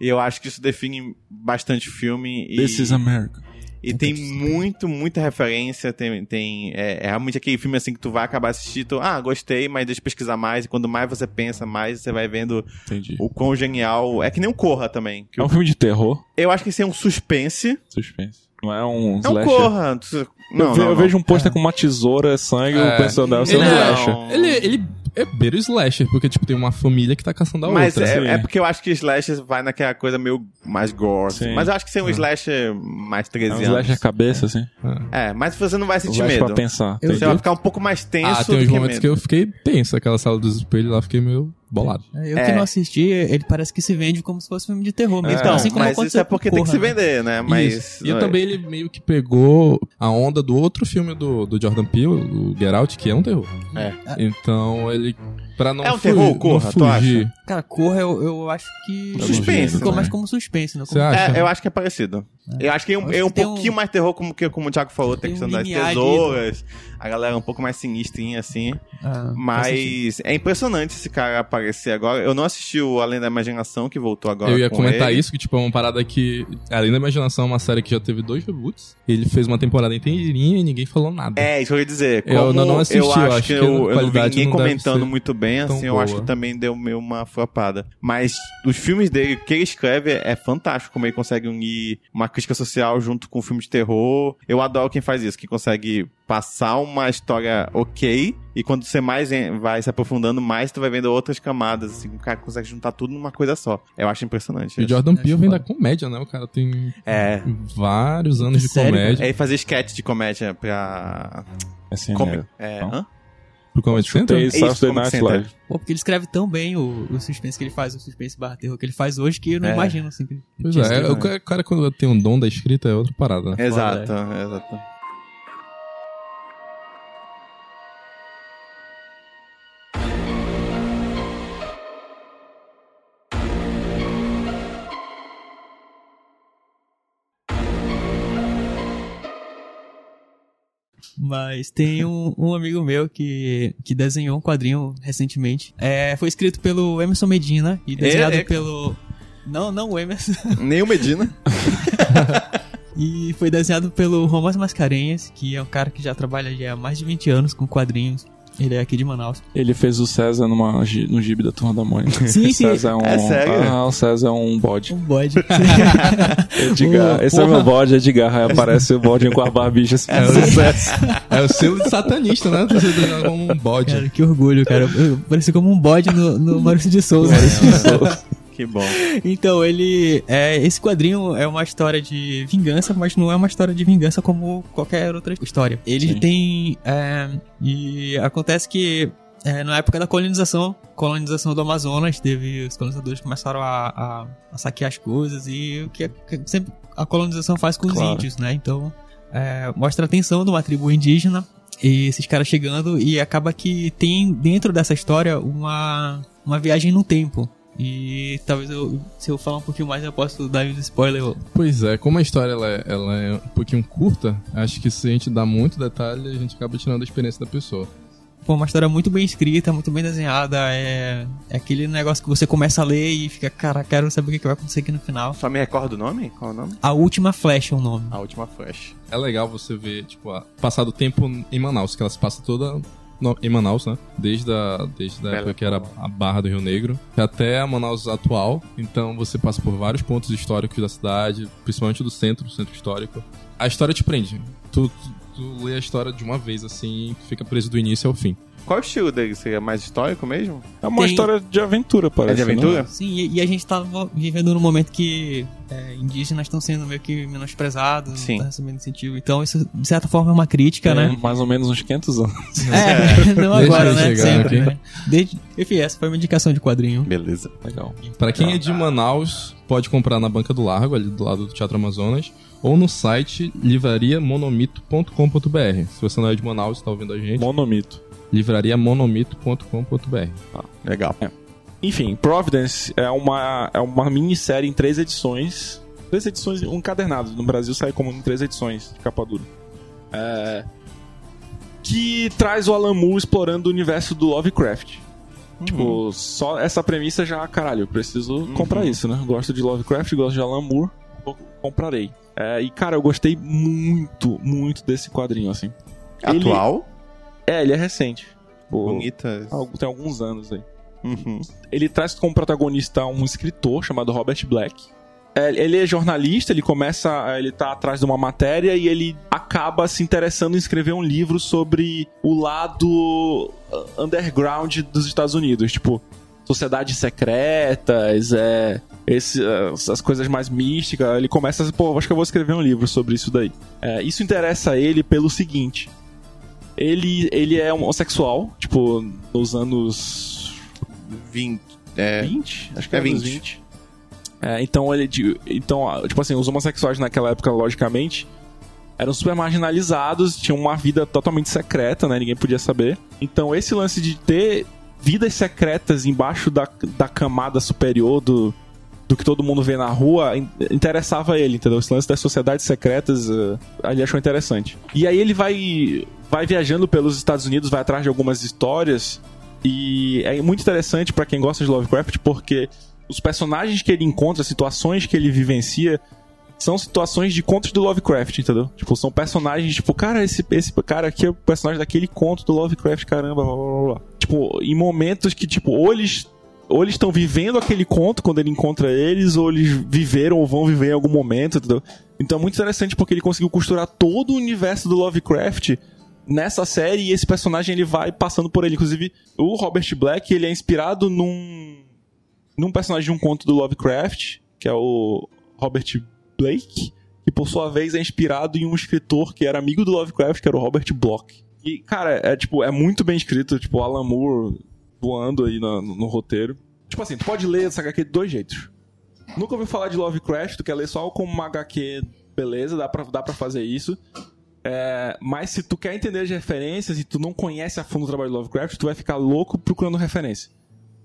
E eu acho que isso define bastante o filme. E,
This is America.
e tem muito, muita referência. Tem, tem, é, é realmente aquele filme assim que tu vai acabar assistindo. Ah, gostei, mas deixa eu pesquisar mais. E quando mais você pensa, mais você vai vendo
Entendi.
o quão genial. É que nem o Corra também. que
É
eu-
um filme de terror,
Eu acho que isso é um suspense.
suspense. Não é
É
um
um
slasher.
Corra. Tu- Não,
eu,
não,
ve- eu
não. É.
vejo um pôster com uma tesoura, sangue, eu
É.
penso, deve ser um
Ele é-
slasher.
Ele, ele é beira o slasher, porque, tipo, tem uma família que tá caçando a
Mas
outra.
é,
assim.
é porque eu acho que slasher vai naquela coisa meio mais gore.
Sim.
Mas eu acho que ser um slasher mais 13
É um
anos.
slasher cabeça, assim.
É, mas você não vai
Um
sentir
Slasher pra
medo.
pensar.
Eu-
Você
entendi.
vai ficar um pouco mais tenso
Ah, tem
do
uns
que
momentos
medo.
que eu fiquei tenso. Aquela sala dos espelhos lá, eu fiquei meio bolado.
Eu que
É.
não assisti, ele parece que se vende como se fosse filme de terror mesmo.
Então,
assim como
mas isso
aconteceu
é porque
com
tem que se
Corra, né?
vender, né? Mas.
Isso. E também ele meio que pegou a onda do outro filme do, do Jordan Peele, o Get Out, que é um terror.
É.
Então ele. Pra não
É um
fugir-
terror,
não
Corra, tu
fugir-
Cara, Corra eu, eu acho que...
Tá
Um suspense,
Ficou
né?
mais como suspense, não
Você
como...
acha?
É, eu acho que é parecido. Eu acho que é um,
Acho
é um
que tem
pouquinho
um-
mais terror, como, que, como o Thiago falou, tem a
Tem
questão
um
das
limiar de-
tesouras, a galera é um pouco mais sinistrinha, assim.
Ah,
Mas é impressionante esse cara aparecer agora. Eu não assisti o Além da Imaginação, que voltou agora.
Eu ia
com
comentar
ele.
isso, que tipo, é uma parada que. Além da imaginação, é uma série que já teve dois reboots. Ele fez uma temporada inteirinha e ninguém falou nada.
É, isso que eu ia dizer.
Eu
Como
não- não assisti,
eu acho, que, eu, eu
a
não vi
qualidade
ninguém
não deve
comentando
ser
muito bem,
tão
assim, eu
boa.
acho que também deu meio uma flopada. Mas os filmes dele, o que ele escreve é fantástico, como ele consegue unir uma crítica social junto com um filme de terror. Eu adoro quem faz isso, que consegue passar uma história ok, e quando você mais en- vai se aprofundando mais, tu vai vendo outras camadas, assim, o cara consegue juntar tudo numa coisa só. Eu acho impressionante.
E o
isso.
Jordan Peele
acho
vem
foda.
da comédia, né? O cara tem
É.
vários anos de
Sério,
comédia.
É ele fazer sketch de comédia pra.
Assim,
Como...
né?
É.
Não.
hã? É
Pro Comedy Central?
Tem
isso,
Saturday
como
Night
que
Live.
Pô, porque ele escreve tão bem o, o suspense que ele faz, o suspense barra terror que ele faz hoje, que eu não
É.
imagino, assim. que-
Pois
Tinha
é,
sido,
o
né?
ca- o cara quando tem um dom da escrita é outra parada. né?
Exato,
Foda,
exato.
Mas tem um, um amigo meu que, que desenhou um quadrinho recentemente. É, foi escrito pelo Emerson Medina e desenhado
é-
pelo... Não, não o Emerson.
Nem o Medina.
E foi desenhado pelo Romas Mascarenhas, que é um cara que já trabalha já há mais de 20 anos com quadrinhos. Ele é aqui de Manaus.
Ele fez o César numa, gi- no gibi da Turma da Mônica.
Sim,
O
sim.
César é um...
É sério?
Ah, o César é um bode.
Um bode.
Edgar.
Ô,
Esse é
porra.
meu bode, Edgar. Aí aparece o bode com a barbicha. Assim,
É o, é o selo de satanista, né? Você desenhar como um bode.
Cara, que orgulho, cara. Eu pareci como um bode no, no Maurício de Souza.
É. Que bom.
Então, ele. É, esse quadrinho é uma história de vingança, mas não é uma história de vingança como qualquer outra história. Ele
Sim.
tem. é, e acontece que. é, na época da colonização, colonização do Amazonas, teve os colonizadores começaram a, a- a saquear as coisas e o que, que sempre a colonização faz com os
Claro.
índios, né? Então é, mostra a tensão de uma tribo indígena e esses caras chegando e acaba que tem dentro dessa história uma uma viagem no tempo. E talvez eu, se eu falar um pouquinho mais, eu posso dar um spoiler.
Pois é, como a história ela é, ela é um pouquinho curta, acho que se a gente dá muito detalhe, a gente acaba tirando a experiência da pessoa.
Pô, uma história muito bem escrita, muito bem desenhada. É, é aquele negócio que você começa a ler e fica, cara, quero saber o que que vai acontecer aqui no final.
Só me recorda o nome? Qual é o nome?
A Última Flecha é o nome.
A Última Flash.
É legal você ver, tipo, a- passar do tempo em Manaus, que ela se passa toda no- em Manaus, né? Desde a, desde a
Bela
época que era a Barra do Rio Negro até a Manaus atual. Então você passa por vários pontos históricos da cidade, principalmente do centro, do centro histórico. A história te prende. Tu, tu, tu lê a história de uma vez, assim, e fica preso do início ao fim.
Qual é o estilo dele? Seria mais histórico mesmo?
É uma
Tem-
história de aventura,
É de
parece. né?
aventura?
Sim, e, e a gente tá vo- vivendo num momento que é, indígenas estão sendo meio que menosprezados,
Sim.
não tá recebendo incentivo. Então, isso, de certa forma, é uma crítica,
Né?
né?
Tem mais ou menos uns 500 anos.
É, não
Deixa
agora,
eu
né?
chegar
Sempre,
aqui.
né? Desde, enfim, essa foi uma indicação de quadrinho.
Beleza.
Legal.
Pra quem é de Manaus, pode comprar na Banca do Largo, ali do lado do Teatro Amazonas, ou no site livrariamonomito.com.br. Se você não é de Manaus e tá ouvindo a gente,
Monomito.
livrariamonomito.com.br.
Legal.
Enfim, Providence é uma, é uma minissérie em três edições. Três edições, um encadernado. No Brasil sai como em três edições de capa dura. É, que traz o Alan Moore explorando o universo do Lovecraft. Tipo, só essa premissa já, caralho, eu preciso comprar isso, né? Gosto de Lovecraft, gosto de Alan Moore, vou- comprarei. É, e, cara, eu gostei muito, muito desse quadrinho, assim. Ele-
Atual?
É, ele é recente. Tipo,
Bonita.
algo- Tem alguns anos aí.
Uhum.
Ele traz como protagonista um escritor chamado Robert Black. É, Ele é jornalista, ele começa. Ele tá atrás de uma matéria e ele acaba se interessando em escrever um livro sobre o lado uh, underground dos Estados Unidos. Tipo, sociedades secretas, é, esse, uh, as coisas mais místicas. Ele começa a pô, acho que eu vou escrever um livro sobre isso daí. É, isso interessa a ele pelo seguinte: ele, ele é homossexual, tipo, nos anos
20. É.
20? Acho
É
era dos
20.
É, então ele. de- Então, ah, tipo assim, os homossexuais naquela época, logicamente, eram super marginalizados, tinham uma vida totalmente secreta, né? Ninguém podia saber. Então esse lance de ter vidas secretas embaixo da, da camada superior do, do que todo mundo vê na rua in- interessava ele, entendeu? Esse lance das sociedades secretas eh, ele achou interessante. E aí ele vai, vai viajando pelos Estados Unidos, vai atrás de algumas histórias. E é muito interessante pra quem gosta de Lovecraft, porque os personagens que ele encontra, as situações que ele vivencia, são situações de contos do Lovecraft, entendeu? Tipo, são personagens, tipo, cara, esse, esse cara aqui é o personagem daquele conto do Lovecraft, caramba, blá blá blá. blá. Tipo, em momentos que, tipo, ou eles ou eles estão vivendo aquele conto quando ele encontra eles, ou eles viveram ou vão viver em algum momento, entendeu? Então é muito interessante porque ele conseguiu costurar todo o universo do Lovecraft nessa série e esse personagem ele vai passando por ele. Inclusive, o Robert Black, ele é inspirado num num personagem de um conto do Lovecraft, que é o Robert Blake, que por sua vez é inspirado em um escritor que era amigo do Lovecraft, que era o Robert Bloch. E, cara, é tipo, é muito bem escrito, tipo, Alan Moore voando aí no, no- no roteiro. Tipo assim, tu pode ler essa HQ de dois jeitos. Nunca ouviu falar de Lovecraft, tu quer ler só como uma HQ, beleza, dá pra, dá pra fazer isso. É, mas se tu quer entender as referências e tu não conhece a fundo o trabalho de Lovecraft, tu vai ficar louco procurando referência.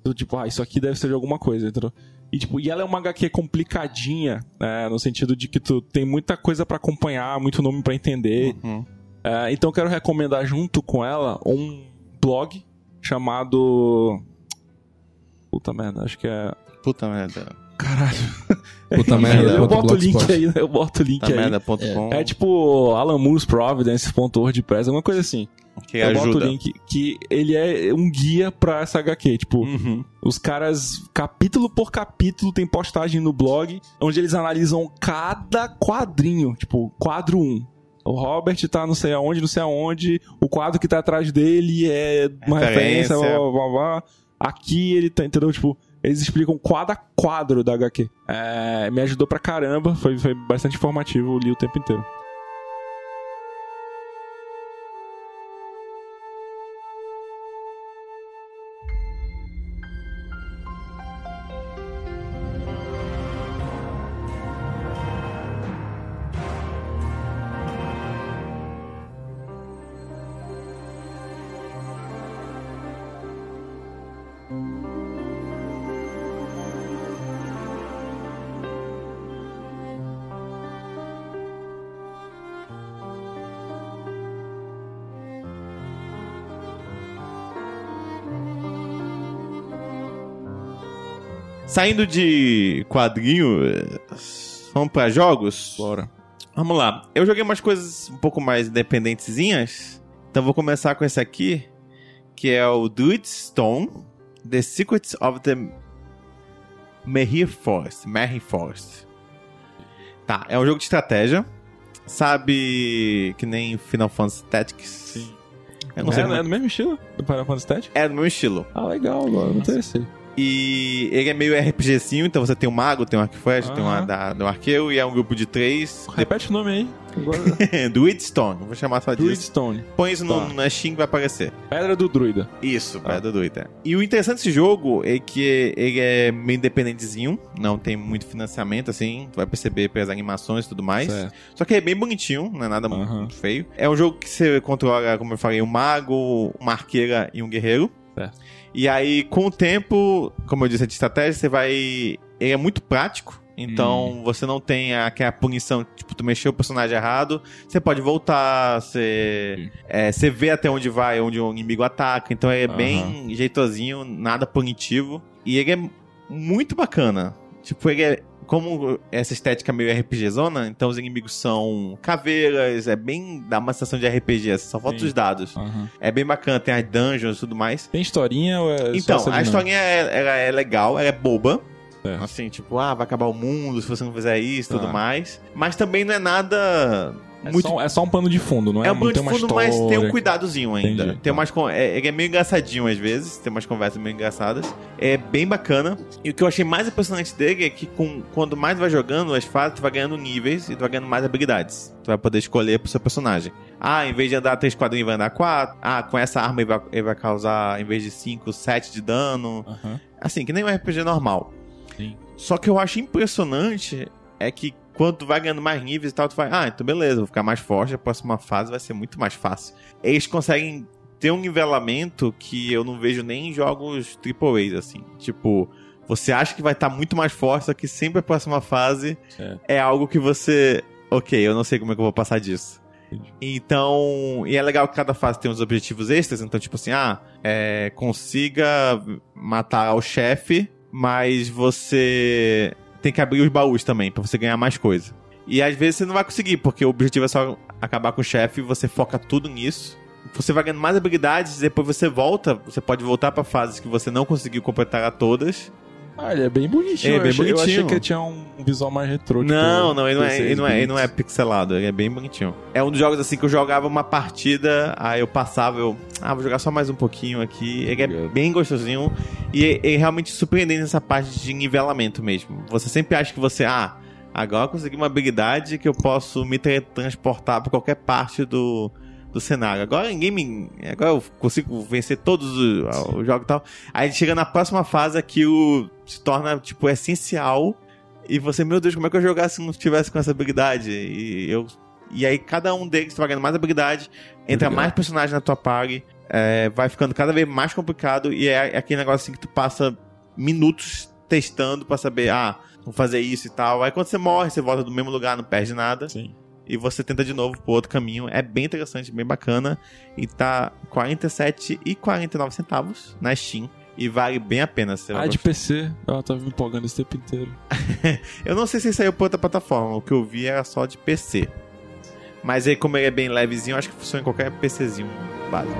Tu, tipo, ah, isso aqui deve ser de alguma coisa, entendeu? E, tipo, e ela é uma HQ complicadinha, né, no sentido de que tu tem muita coisa pra acompanhar, muito nome pra entender.
Uhum.
É, então eu quero recomendar junto com ela um blog chamado. Puta merda, acho que é.
Puta merda. Tá
Caralho.
Puta merda. é
eu boto o link
Blogspot.
aí, né? eu boto o link
Puta
aí.
merda.com.
É tipo alamusprovidence.wordpress, alguma coisa assim.
que
eu boto
ajuda.
o link que ele é um guia pra essa HQ. Tipo,
Uhum.
os caras, capítulo por capítulo, tem postagem no blog onde eles analisam cada quadrinho. Tipo, quadro 1. O Robert tá não sei aonde, não sei aonde. O quadro que tá atrás dele é uma
Referência.
referência, blá, blá, blá, blá. Aqui ele tá, entendeu? Tipo, eles explicam quadro a quadro da HQ. É, me ajudou pra caramba, foi, foi bastante informativo, eu li o tempo inteiro.
Saindo de quadrinho, eh, vamos pra jogos?
Bora.
Vamos lá. Eu joguei umas coisas um pouco mais independentezinhas. Então vou começar com esse aqui, que é o Do It Stone, The Secrets of the Mehir Forest. Mehir Forest. Tá, é um jogo de estratégia. Sabe que nem Final Fantasy Tactics? Sim. Eu não
é,
sei
é
como é,
do mesmo estilo do Final Fantasy Tactics?
é do meu estilo.
Ah, legal, mano. Não interessei.
E ele é meio RPGzinho, então você tem um mago, tem um arco e flecha, tem um,
Aham.
da, um arqueiro e é um grupo de três.
Repete o nome aí. Agora.
Druid Stone, vou chamar só disso.
Druidstone.
Põe isso no,
Tá.
no Steam que vai aparecer.
Pedra do Druida.
Isso,
Tá.
Pedra Doida. E o interessante desse jogo é que ele é meio independentezinho, não tem muito financiamento, assim, tu vai perceber pelas animações e tudo mais.
Certo.
Só que é bem bonitinho, não é nada mu-
Aham.
muito feio. É um jogo que você controla, como eu falei, um mago, uma arqueira e um guerreiro.
Certo.
E aí, com o tempo, como eu disse, é de estratégia, você vai. Ele é muito prático. Então,
Hum.
você não tem aquela punição, tipo, tu mexeu o personagem errado, você pode voltar, você, é, você vê até onde vai, onde o inimigo ataca, então é
Aham.
bem jeitosinho, nada punitivo. E ele é muito bacana. Tipo, ele é, como essa estética meio RPG zona, então os inimigos são caveiras, é bem. dá uma sensação de RPG, assim, só falta
Sim.
os dados.
Aham.
É bem bacana, tem as dungeons e tudo mais.
Tem historinha ou é só
Então,
essa
a
dinâmica?
historinha é, ela é legal, ela é boba.
É.
Assim, tipo, ah, vai acabar o mundo se você não fizer isso e tudo
Ah.
mais. Mas também não é nada.
É,
muito
só, é só um pano de fundo, não é?
é um
Não
pano de
tem uma
fundo, mas tem um
história.
cuidadozinho ainda.
Entendi. então.
Tem umas, con- é, ele é meio engraçadinho às vezes, tem umas conversas meio engraçadas. É bem bacana. E o que eu achei mais impressionante dele é que com, quando mais vai jogando as fases, tu vai ganhando níveis e tu vai ganhando mais habilidades. Tu vai poder escolher pro seu personagem. Ah, em vez de andar três quadrinhos, vai andar quatro. Ah, com essa arma ele vai, ele vai causar, em vez de cinco, sete de dano
Aham.
assim, que nem um RPG normal.
Sim.
Só que eu acho impressionante é que quando tu vai ganhando mais níveis e tal, tu vai, ah, então beleza, vou ficar mais forte, a próxima fase vai ser muito mais fácil. Eles conseguem ter um nivelamento que eu não vejo nem em jogos AAA, assim. Tipo, você acha que vai estar muito mais forte, só que sempre a próxima fase é, algo que você, ok, eu não sei como é que eu vou passar disso.
Entendi.
Então, e é legal que cada fase tem uns objetivos extras, então tipo assim, ah, é, consiga matar o chefe, mas você tem que abrir os baús também pra você ganhar mais coisa. E às vezes você não vai conseguir, porque o objetivo é só acabar com o chefe, você foca tudo nisso. Você vai ganhando mais habilidades, depois você volta, você pode voltar pra fases que você não conseguiu completar todas.
Ah, ele é bem bonitinho.
É,
eu
bem
achei- Eu achei
bonitinho.
que tinha um visual mais retrô. tipo,
não, não, ele não, é,
16
ele, não é, ele não é
bits.
pixelado, ele é bem bonitinho. É um dos jogos assim que eu jogava uma partida, aí eu passava, eu. Ah, vou jogar só mais um pouquinho aqui. Ele é
Obrigado.
bem gostosinho e é, é realmente surpreendente nessa parte de nivelamento mesmo. Você sempre acha que você, ah, agora eu consegui uma habilidade que eu posso me transportar pra qualquer parte do. Do cenário. Agora ninguém me. Agora eu consigo vencer todos os, os jogos e tal. Aí chega na próxima fase que o se torna, tipo, essencial. E você, meu Deus, como é que eu ia jogar se não tivesse com essa habilidade? E eu. E aí cada um deles tu vai ganhando mais habilidade, entra
Legal.
mais personagem na tua party, é, vai ficando cada vez mais complicado e é, é aquele negócio assim que tu passa minutos testando pra saber, ah, vou fazer isso e tal. Aí quando você morre, você volta do mesmo lugar, não perde nada.
Sim.
E você tenta de novo pro outro caminho. É bem interessante, bem bacana. E tá 47 e 49 centavos na Steam. E vale bem a pena. Você vai
Ah, de
gostar.
PC. Ela tava me empolgando esse tempo inteiro.
Eu não sei se saiu pra outra plataforma. O que eu vi era só de PC. Mas aí, como ele é bem levezinho, eu acho que funciona em qualquer PCzinho básico.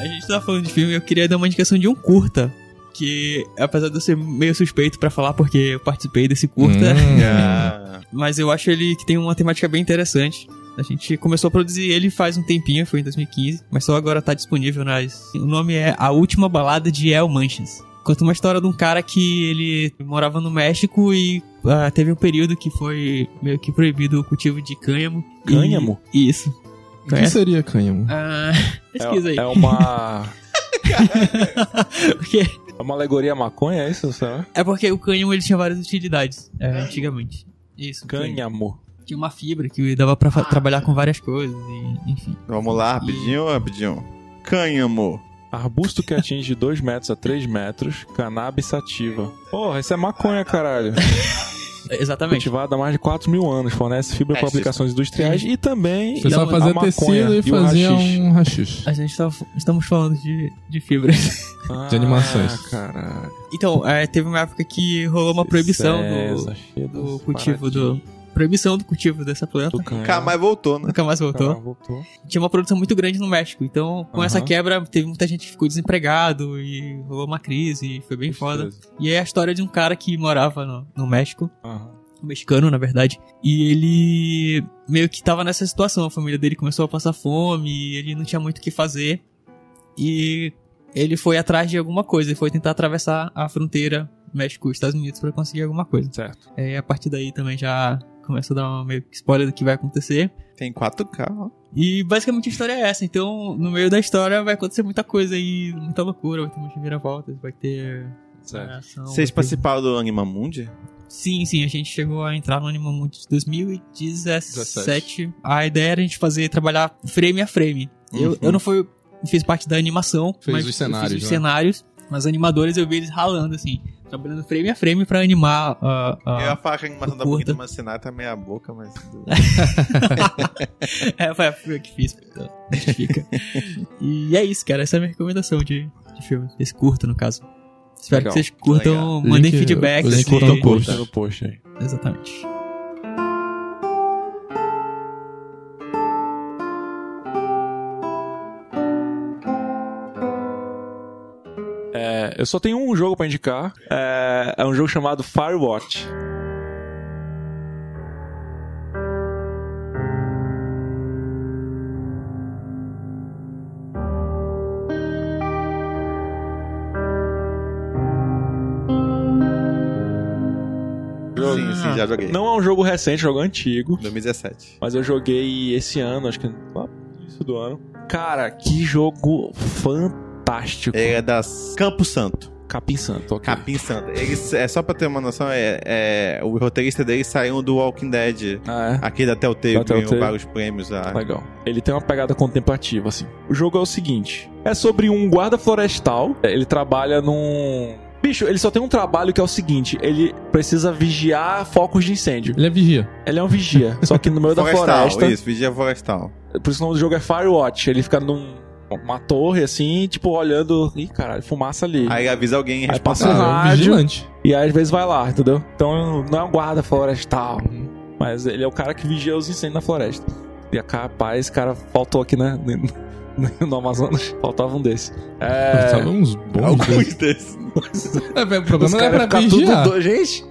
A gente tava falando de filme, eu queria dar uma indicação de um curta. Que, apesar de eu ser meio suspeito pra falar, porque eu participei desse curta,
Hum.
Hum.
É.
mas eu acho ele que tem uma temática bem interessante. A gente começou a produzir ele faz um tempinho, foi em 2015, mas só agora tá disponível nas. O nome é A Última Balada de El Manches. Conta uma história de um cara que ele morava no México e ah, teve um período que foi meio que proibido o cultivo de cânhamo. E-
Cânhamo?
Isso.
O que seria cânhamo?
Ah, pesquisa aí.
É, é uma.
Porque-
É uma alegoria à maconha, é isso? Será?
É porque o cânhamo ele tinha várias utilidades é, antigamente. Isso. cânhamo.
Cânhamo.
Tinha uma fibra que dava pra fa- trabalhar com várias coisas, e, enfim.
Vamos lá, rapidinho, rapidinho. Cânhamo.
Arbusto que atinge 2 metros a 3 metros, cannabis sativa. Porra, isso é maconha, caralho.
É, Exatamente.
Cultivada há mais de 4 mil anos, fornece fibra
É,
para
isso-
aplicações industriais e também
Você
a
só fazia
é maconha
tecido e
o
fazia
haxixe.
um rachis.
A gente tá, estamos falando de, de fibras.
de animações.
Ah, caralho.
Então, é, teve uma época que rolou uma proibição
Isso
do,
é cheio
do
das
cultivo do.
paradinhas.
Proibição do cultivo dessa planta.
Do canhão.
Nunca mais voltou, né?
Nunca mais voltou.
Caralho, voltou.
Tinha uma produção muito grande no México. Então, com essa
Aham.
quebra, teve muita gente que ficou desempregado e rolou uma crise. e Foi bem foda. E é a história de um cara que morava no, no México,
Aham.
um mexicano, na verdade, e ele meio que tava nessa situação. A família dele começou a passar fome, e ele não tinha muito o que fazer. E ele foi atrás de alguma coisa, ele foi tentar atravessar a fronteira México-Estados Unidos para conseguir alguma coisa.
Certo.
É, E a partir daí também já começa a dar uma meio que spoiler do que vai acontecer.
Tem 4K, ó.
E basicamente a história é essa. Então, no meio da história vai acontecer muita coisa aí, muita loucura, vai ter muitas viravoltas, vai ter.
Certo.
ação,
Vocês
vai ter-
participaram do Anima Mundi?
Sim, sim, a gente chegou a entrar no Animal Mundi de 2017.
17.
A ideia era a gente fazer, trabalhar frame a frame. Eu,
Uhum.
eu não fui, fiz parte da animação,
Fez
mas
os
eu
cenários,
fiz os
né?
cenários, mas os animadores eu vi eles ralando, assim, trabalhando frame a frame pra animar ah, a...
Eu ia falar que É a animação da
curta.
Bonita Mancinai tá meia boca, mas.
é, foi a foi eu que fiz, então, justifica. e é isso, cara, essa é a minha recomendação de, de filme, esse curto, no caso. Espero
Legal.
que vocês curtam,
Legal.
mandem
Link-
feedback.
link
se-
no post.
Tá no post aí.
Exatamente.
É, eu só tenho um jogo pra indicar. É, é um jogo chamado Firewatch.
sim, sim, já joguei.
Não é um jogo recente, é um jogo antigo.
2017.
Mas eu joguei esse ano, acho que lá no início do ano. Cara, que jogo fantástico.
Ele é das Campo Santo.
Capim Santo, ok.
Capim Santo. Eles, é só pra ter uma noção, é, é- o roteirista deles saiu do Walking Dead.
Ah, é?
Aqui da Telltale,
Da
que ganhou
Telltale.
vários prêmios. A...
Ah, Legal. Ele tem uma pegada contemplativa, assim. O jogo é o seguinte: é sobre um guarda florestal. É, Ele trabalha num. Bicho, ele só tem um trabalho que é o seguinte: ele precisa vigiar focos de incêndio.
Ele é vigia.
Ele é um vigia, só que no meio da
Florestal,
floresta.
isso, Vigia Florestal.
Por isso o nome do jogo é Firewatch. Ele fica num. Uma torre assim, tipo, olhando. Ih, caralho, fumaça ali.
Aí tipo, avisa alguém
Aí passa
responsável.
um
Ah, é um
rádio.
vigilante.
E aí, às vezes vai lá, entendeu? Então não é um guarda florestal, mas ele é o cara que vigia os incêndios na floresta. E a capaz, esse cara faltou aqui, né? No- No Amazonas, faltava um desse. É.
Sabe uns bons.
Alguns desses.
É, velho, um. o
Os
problema não
caras
é pra
ficam tudo
vigiar.
doido, gente.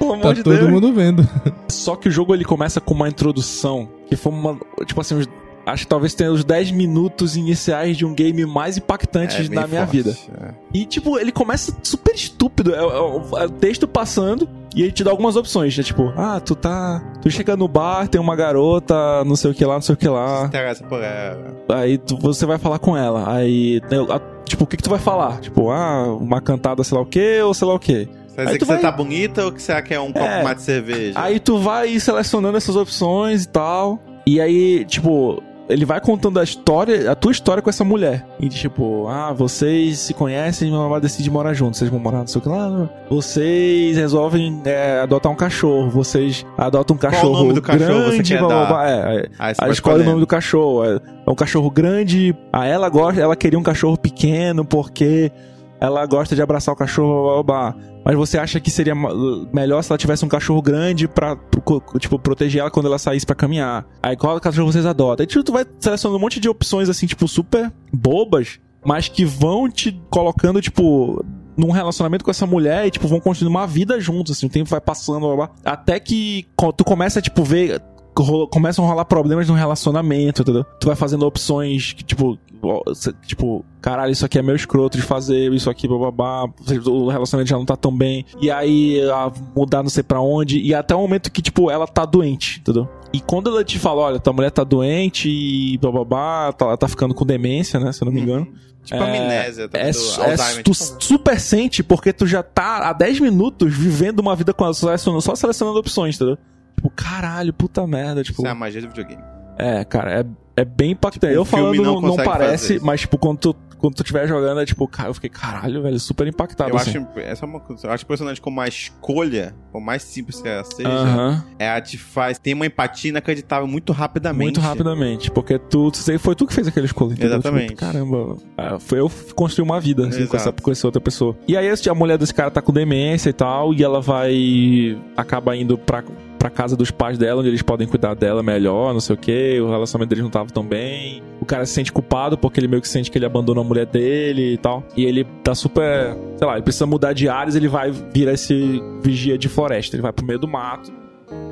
Pelo amor
Tá
de Deus.
todo mundo vendo.
Só que o jogo ele começa com uma introdução que foi uma. Tipo assim, uns- acho que talvez tenha os 10 minutos iniciais de um game mais impactante
É,
da
bem
minha
forte,
vida.
é.
E, tipo, ele começa super estúpido. É, é- é o texto passando e ele te dá algumas opções. É tipo, ah, tu tá. Tu chega no bar, tem uma garota, não sei o que lá, não sei o que
Se
lá.
interessa é, por ela.
Aí tu- você vai falar com ela. Aí. né, a- tipo, o que, que tu vai falar? Tipo, ah, uma cantada, sei lá o que, ou sei lá o que.
Você vai
Aí
dizer
tu
que você
vai-
tá bonita ou que você quer um copo
É.
mais de cerveja?
Aí tu vai selecionando essas opções e tal. E aí, tipo, ele vai contando a história, a tua história com essa mulher. E tipo, ah, vocês se conhecem, meu mamãe decide morar junto. Vocês vão morar, não sei o que lá. né? Vocês resolvem é, adotar um cachorro. Vocês adotam um
o
cachorro.
nome do cachorro
grande,
você quer
blá, blá,
dar?
blá. É, é,
Aí você
Aí
Ah, vai
escolhe o
escolhendo.
nome do cachorro. É é um cachorro grande. A ela gosta, ela queria um cachorro pequeno porque ela gosta de abraçar o cachorro, blá, blá, blá. Mas você acha que seria ma- melhor se ela tivesse um cachorro grande pra, pro- co- tipo, proteger ela quando ela saísse pra caminhar? Aí qual cachorro vocês adotam? Aí tipo, tu vai selecionando um monte de opções, assim, tipo, super bobas, mas que vão te colocando, tipo, num relacionamento com essa mulher e, tipo, vão construindo uma vida juntos, assim, o tempo vai passando, blá, blá. Até que co- tu começa, tipo, ver... ro- Começam a rolar problemas no relacionamento, entendeu? Tu vai fazendo opções que, tipo... ó, cê- Tipo, caralho, isso aqui é meu escroto de fazer, isso aqui, bababá... O relacionamento já não tá tão bem. E aí, a mudar não sei pra onde. E até o momento que, tipo, ela tá doente, entendeu? E quando ela te fala, olha, tua mulher tá doente e bababá... Tá, ela tá ficando com demência, né? Se eu não me engano.
Tipo
É-
amnésia, tá?
É,
do
su- é
Alzheimer. tipo, né?
tu super sente porque tu já tá há 10 minutos vivendo uma vida com ela, selecionando- só selecionando opções, entendeu? Tipo, caralho, puta merda, tipo.
Isso é a magia do videogame.
É, cara, é, é bem impactante.
Tipo,
eu
o filme
falando
não
não, não
consegue fazer
parece,
isso.
mas tipo, quando tu quando tu estiver jogando, é tipo, cara, eu fiquei, caralho, velho, super impactado.
Eu
assim.
acho, essa é uma coisa, eu acho impressionante como a escolha, por mais simples que ela seja,
Aham.
ela te É, faz ter uma empatia inacreditável muito rapidamente.
Muito rapidamente, porque tu, tu sei, foi tu que fez aquele escolha. entendeu?
Exatamente.
Tipo, caramba, ah, foi eu que construí uma vida assim, com, essa,
Exato.
com essa outra pessoa. E aí esse- a mulher desse cara tá com demência e tal, e ela vai. acaba indo pra, pra casa dos pais dela, onde eles podem cuidar dela melhor, não sei o que, o relacionamento deles não tava tão bem. O cara se sente culpado porque ele meio que sente que ele abandonou a mulher dele e tal. E ele tá super. sei lá, ele precisa mudar de áreas, ele vai virar esse vigia de floresta. Ele vai pro meio do mato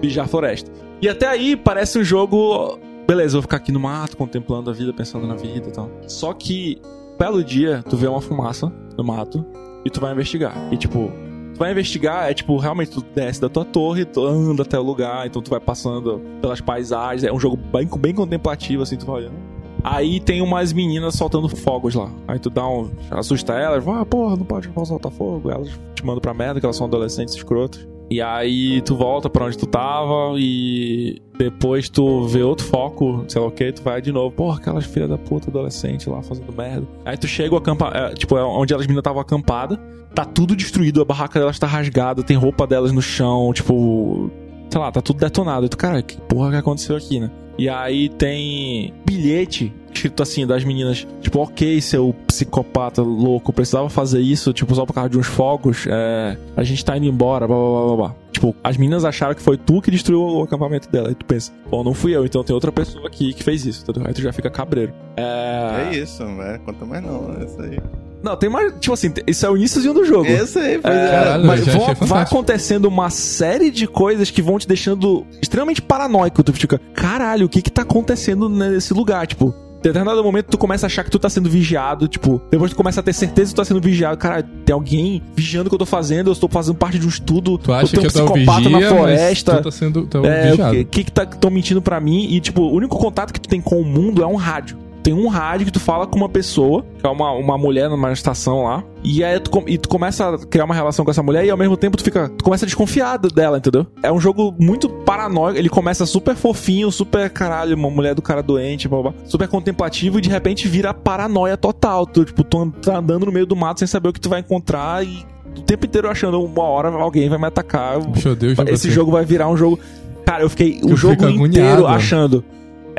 vigiar a floresta. E até aí parece um jogo. Beleza, eu vou ficar aqui no mato, contemplando a vida, pensando na vida e tal. Só que, belo dia, tu vê uma fumaça no mato e tu vai investigar. E tipo, tu vai investigar, é tipo, realmente tu desce da tua torre, tu anda até o lugar, então tu vai passando pelas paisagens. É um jogo bem, bem contemplativo, assim, tu vai olhando. Aí tem umas meninas soltando fogos lá. Aí tu dá um. assusta elas, ah, porra, não pode, não pode soltar fogo. Elas te mandam pra merda, que elas são adolescentes escrotas. E aí tu volta pra onde tu tava e depois tu vê outro foco, sei lá o que, tu vai de novo, porra, aquelas filhas da puta adolescente lá fazendo merda. Aí tu chega o acampa, é, tipo, é onde elas meninas estavam acampadas, tá tudo destruído, a barraca delas tá rasgada, tem roupa delas no chão, tipo, sei lá, tá tudo detonado. E tu, cara, que porra que aconteceu aqui, né? E aí tem bilhete escrito assim das meninas, tipo, ok, seu psicopata louco, precisava fazer isso, tipo, só por causa de uns fogos, é, a gente tá indo embora, blá blá blá blá. blá. Tipo, as meninas acharam que foi tu que destruiu o acampamento dela. E tu pensa, bom, não fui eu, então tem outra pessoa aqui que fez isso, entendeu? Aí tu já fica cabreiro. É.
É isso, não é? Conta mais não, é isso aí.
Não, tem mais. Tipo assim, isso é o iníciozinho do jogo.
É isso aí, pois
É,
é.
Caralho,
mas
eu já
vão-
achei
vai
fantástico.
acontecendo uma série de coisas que vão te deixando extremamente paranoico. Tu fica, caralho, o que que tá acontecendo nesse lugar? Tipo, em determinado momento tu começa a achar que tu tá sendo vigiado. Tipo, depois tu começa a ter certeza que tu tá sendo vigiado. Cara, tem alguém vigiando o que eu tô fazendo, eu estou fazendo parte de um estudo.
Tu acha
eu
que
tenho
eu tô
um
vigia,
psicopata na
mas
floresta.
tu tá sendo tá
É, o
vigiado.
que, que que tá tão mentindo pra mim? E, tipo, o único contato que tu tem com o mundo é um rádio. Tem um rádio que tu fala com uma pessoa, que é uma, uma mulher numa estação lá, e aí tu, com- e tu começa a criar uma relação com essa mulher e ao mesmo tempo tu fica. Tu começa a desconfiar d- dela, entendeu? É um jogo muito paranoico. Ele começa super fofinho, super caralho, uma mulher do cara doente, blá, blá, blá, super contemplativo, e de repente vira paranoia total. Tu, tipo, tu an- tá andando no meio do mato sem saber o que tu vai encontrar e o tempo inteiro achando uma hora alguém vai me atacar. eu-
Meu Deus,
esse jogo vai virar um jogo. Cara, eu fiquei o
Eu
jogo
fico
inteiro
agoniado.
achando.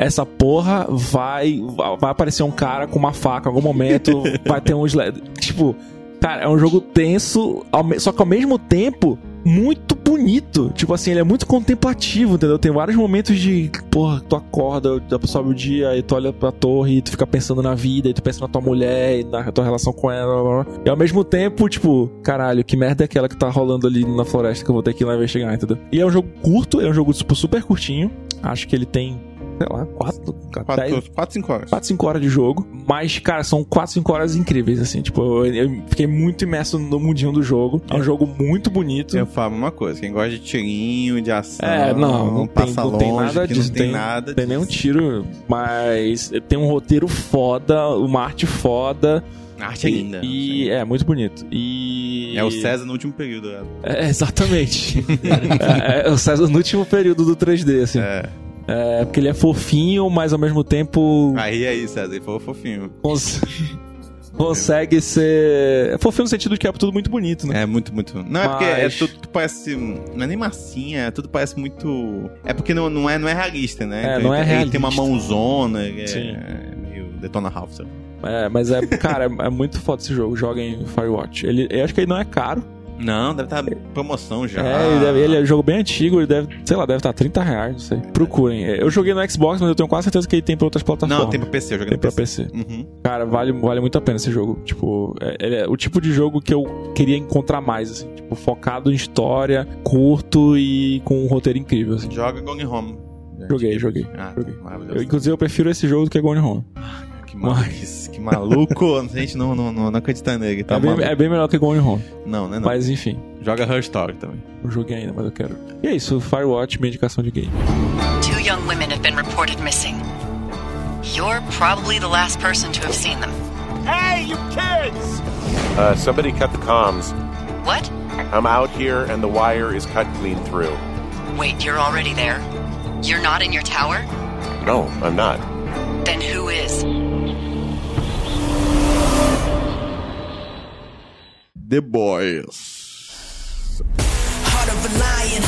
Essa porra vai. Vai aparecer um cara com uma faca em algum momento. vai ter um sled. Tipo, cara, é um jogo tenso, ao me- só que ao mesmo tempo, muito bonito. Tipo assim, ele é muito contemplativo, entendeu? Tem vários momentos de. Porra, tu acorda, sobe o dia, aí tu olha pra torre, tu fica pensando na vida, e tu pensa na tua mulher, e na tua relação com ela. blá, blá, blá. E ao mesmo tempo, tipo, caralho, que merda é aquela que tá rolando ali na floresta que eu vou ter que ir lá investigar, entendeu? E é um jogo curto, é um jogo tipo, super curtinho. Acho que ele tem, sei lá, 4, 10,
4, 5 horas.
4, 5 horas de jogo. Mas, cara, são 4, 5 horas incríveis, assim. Tipo, eu, eu fiquei muito imerso no mundinho do jogo. É um jogo muito bonito.
Eu falo uma coisa, quem gosta de tirinho, de ação,
É, não, não tem-
passa
não
longe,
tem nada
que
disso,
não tem,
tem-
nada
Não tem nenhum tiro, mas tem um roteiro foda, uma arte foda.
Arte ainda.
E, é, muito bonito. E.
É o César no último período. né?
É, exatamente. é, é o César no último período do 3D, assim. É.
É.
porque ele é fofinho, mas ao mesmo tempo.
Aí aí, César, ele falou fofinho.
cons- consegue ser. É fofinho no sentido de que é tudo muito bonito, né?
É muito, muito. Não, é
Mas-
porque é tudo, tudo parece. Não é nem massinha, tudo parece muito. É porque não, não, é, não é realista, né?
É, não é
ele, ele tem uma
realista.
mãozona, é,
Sim.
é meio Detona Ralph. sabe?
É, mas é, cara, é é muito foda esse jogo. Joguem Firewatch. Ele, eu acho que ele não é caro.
Não, deve estar em promoção já.
É, ele, deve- ele é um jogo bem antigo, ele deve, sei lá, deve estar 30 reais, não sei. Procurem. É, Eu joguei no Xbox, mas eu tenho quase certeza que ele tem pra outras plataformas.
Não, tem pra PC, eu joguei
Tem
no
pra
PC.
PC.
Uhum.
Cara, vale, vale muito a pena esse jogo. Tipo, é, ele é o tipo de jogo que eu queria encontrar mais, assim. Tipo, focado em história, curto e com um roteiro incrível, assim.
Joga Gone Home.
Joguei, joguei.
Ah,
joguei. Eu,
maravilhoso.
inclusive, eu prefiro esse jogo do que Gone Home.
Que maluco. que maluco. A gente não, não, não, não acredita nele. Tá
é, bem,
maluco.
é bem melhor que Gone Home.
Não, né? Não.
Mas, enfim,
Joga Rush Talk também.
não joguei ainda, mas eu quero. E é isso, Firewatch, minha indicação de game.
Two young women have been reported missing. You're probably the last person to have seen them.
Uh, somebody cut the comms.
What?
I'm out here and the wire is cut clean through.
Wait, you're already there? You're not in your tower?
No, I'm not.
Then who is?
The Boys.
Heart of a lion,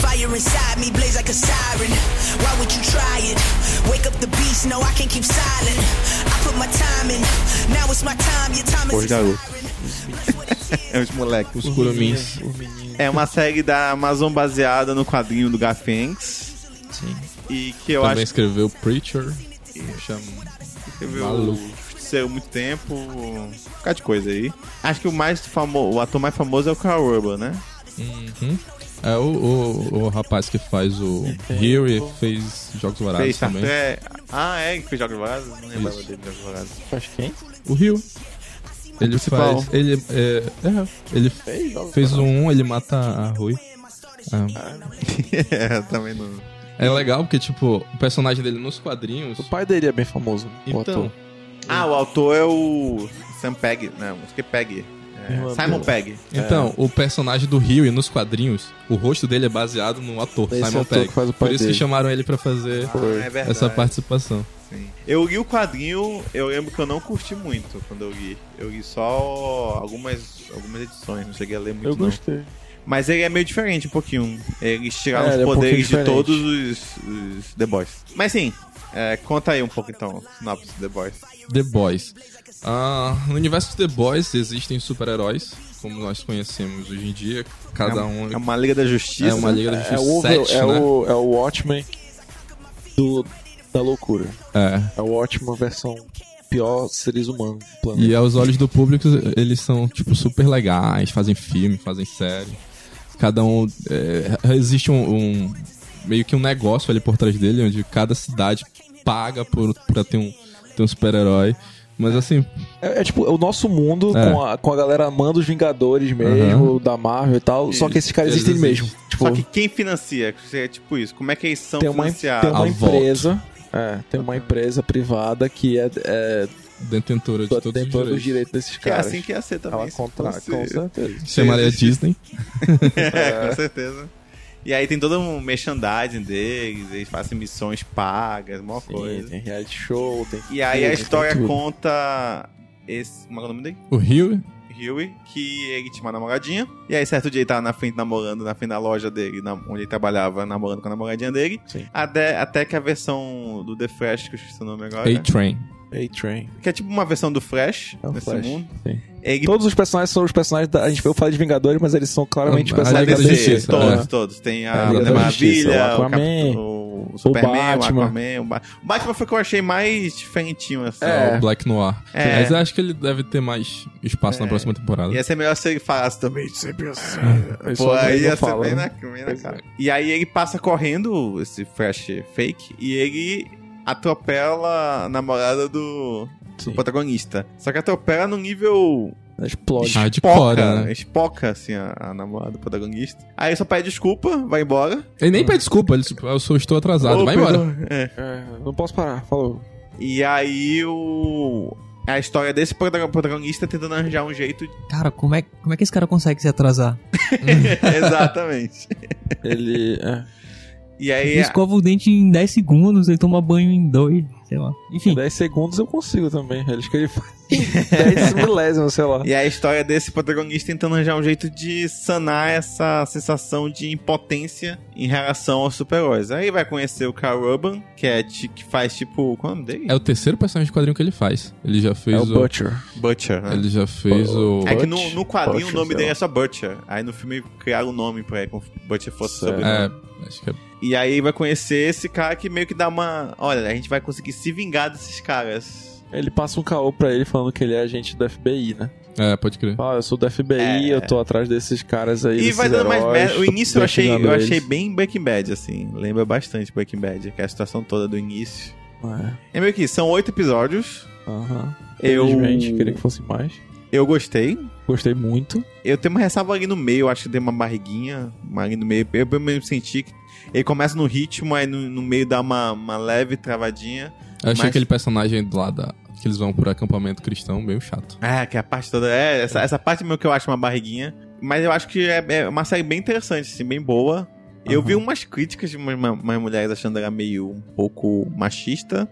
fire inside me, blaze like a siren. Why would you try it? Wake up the beast, no, I can't keep silent. I put my time in, now it's my time, your time is
Pois, garoto.
expiring. Blessed with the tears.
É os moleques.
Os curumins.
O menino,
É uma série da Amazon baseada no quadrinho do Gafenx.
sim.
E que eu acho
Também
que
escreveu Preacher. Chama-
escreveu
Maluco.
saiu muito tempo. Um bocado de coisa aí. Acho que o mais famoso, o ator mais famoso é o Karl Urban, né?
Uhum. É o, o, o rapaz que faz o
É,
Here fez Jogos
Fez
Varados
Star
também.
Trek. Ah, é, que fez Jogos Varados? Não lembrava
Isso.
dele de Jogos Varados.
Acho que quem?
O Rio. Ele
principal.
faz. Ele, é, é, ele fez o um, ele mata a Rui. É.
é, também não.
É legal porque, tipo, o personagem dele nos quadrinhos.
O pai dele é bem famoso, o
Então,
ator.
Ah, o autor é o Sam Pegg. Não, acho que é Pegg. É,
Irmã
Simon
dela.
Pegg.
então
É.
o personagem do Rio e nos quadrinhos, o rosto dele é baseado no ator,
Esse
Simon
ator
Pegg.
que faz o
Por
pai
isso que
dele.
chamaram ele pra fazer
Foi.
Ah, é verdade.
essa participação.
Sim. Eu li o quadrinho, eu lembro que eu não curti muito quando eu li. Eu li só algumas, algumas edições, não cheguei a ler muito
Eu
não.
gostei.
Mas ele é meio diferente um pouquinho. Eles tiraram
É,
os
ele é um
poderes de
pouquinho diferente.
todos os, os The Boys. Mas sim, é, conta aí um pouco então, sinopse do The Boys.
The Boys. Ah, no universo de The Boys existem super-heróis, como nós conhecemos hoje em dia. Cada
é,
um
É uma Liga da Justiça.
é uma liga da
É
Justiça.
o, Over,
sete,
é,
né?
o, é o Watchmen do, da loucura.
É.
É o Watchmen versão pior seres humanos do planeta.
E é- aos olhos do público, eles são, tipo, super legais, fazem filme, fazem série. Cada um. é, existe um, um- meio que um negócio ali por trás dele, onde cada cidade paga por, pra ter um, ter um super-herói. Mas assim,
É, é tipo, é o nosso mundo
É.
com, a, com a galera amando os Vingadores mesmo, da Marvel e tal. Só que esses caras
Eles
existem
existem.
mesmo. Tipo,
Só que quem financia? É tipo isso. Como é que eles são
tem uma,
financiados?
tem uma
A volta.
empresa. É, tem uma empresa privada que é, é
detentora de todos os
detentora
direitos.
dos direitos desses
Que é
caras.
assim que ia ser também.
Ela
se
contrata,
fosse-
com certeza.
Chamaria Disney.
É, com certeza. E aí tem todo um merchandising deles, eles fazem missões pagas, mó
Sim,
coisa.
tem reality show, tem
E aí a
tudo, tem
história
tudo.
conta esse. Como é o nome dele?
O Rio.
Huey, que ele tinha uma namoradinha. E aí, certo dia, ele tava na frente namorando, na frente da loja dele, na- onde ele trabalhava, namorando com a namoradinha dele.
Sim.
Até, até que a versão do The Flash, que eu esqueci o nome agora.
A-Train.
A-Train.
Que é tipo uma versão do Flash
É o
nesse
Flash.
mundo.
Sim.
Ele
Todos os personagens são os personagens da. A gente eu falei de Vingadores, mas eles são claramente
Ah,
Mas
Liga
personagens
da
deve ser,
Justiça,
Todos,
né?
todos. Tem
É,
a
a Liga
Mulher
da Justiça,
Maravilha,
o
o,
Aquaman,
Cap- o Superman, o,
Batman.
Aquaman. O, Ba- o Batman foi o que eu achei mais diferentinho, assim.
É.
O Black Noir.
É.
Mas eu acho que ele deve ter mais espaço
É.
na próxima temporada.
Ia ser é melhor se ele falasse também, sempre assim.
Ah, Isso
Pô, aí
eu não
ia ser
falo,
bem na,
né?
bem na cara. E aí ele passa correndo, esse Flash fake, e ele atropela a namorada do, do
Sim.
protagonista. Só que atropela num nível
É. Explode.
Hardcore,
poca,
né?
espoca, assim, a, a namorada do protagonista. Aí ele só pede desculpa, vai embora.
Ele nem pede desculpa, ele, tipo, eu só estou atrasado.
Ô,
Vai embora.
perdão. É.
É, não posso parar, falou.
E aí o. A história desse protago- protagonista tentando arranjar um jeito. de-
Cara, como é, como é que esse cara consegue se atrasar?
Exatamente.
Ele. É,
E aí.
Ele escova o dente em 10 segundos, ele toma banho em 2, sei lá.
em
Enfim,
10 segundos eu consigo também. Eles que ele faz. em 10 milésimos, sei lá.
E a história desse protagonista tentando arranjar um jeito de sanar essa sensação de impotência em relação aos super-heróis. Aí vai conhecer o Karl Urban, que, é, ti- que faz tipo. Qual é o nome dele?
É o terceiro personagem de quadrinho que ele faz. Ele já fez
É o
o.
Butcher.
Butcher, né?
Ele já fez o.
É que no,
Butch-
no quadrinho
Butcher,
o nome
sei
dele
lá.
é só Butcher. Aí no filme criaram o nome pra ele, como se Butcher fosse
Certo.
sobre.
É, acho que é.
E aí vai conhecer esse cara que meio que dá uma. Olha, a gente vai conseguir se vingar desses caras.
Ele passa um caô pra ele falando que ele é agente do FBI, né?
É, pode crer.
Fala, eu sou do FBI,
É.
eu tô atrás desses caras aí.
E
desses
vai dando mais
heróis,
merda. O
tô
início eu achei, eu
investigando
achei
eles."
bem Breaking Bad, assim. Lembra bastante Breaking Bad, que é a situação toda do início.
É.
É meio que são oito episódios.
Aham.
Eu,
Infelizmente, queria que fosse mais.
eu gostei.
Gostei muito.
Eu tenho uma ressalva ali no meio, acho que tem uma barriguinha uma ali no meio. Eu pelo menos senti que ele começa no ritmo, aí no, no meio dá uma, uma leve travadinha.
Eu achei
Mas-
aquele personagem lá da. Que eles vão por acampamento cristão, meio chato.
Ah, que a parte toda. É, essa, essa parte meio que eu acho uma barriguinha. Mas eu acho que é, é uma série bem interessante, assim, bem boa. Eu vi umas críticas de umas, umas mulheres achando ela meio um pouco machista.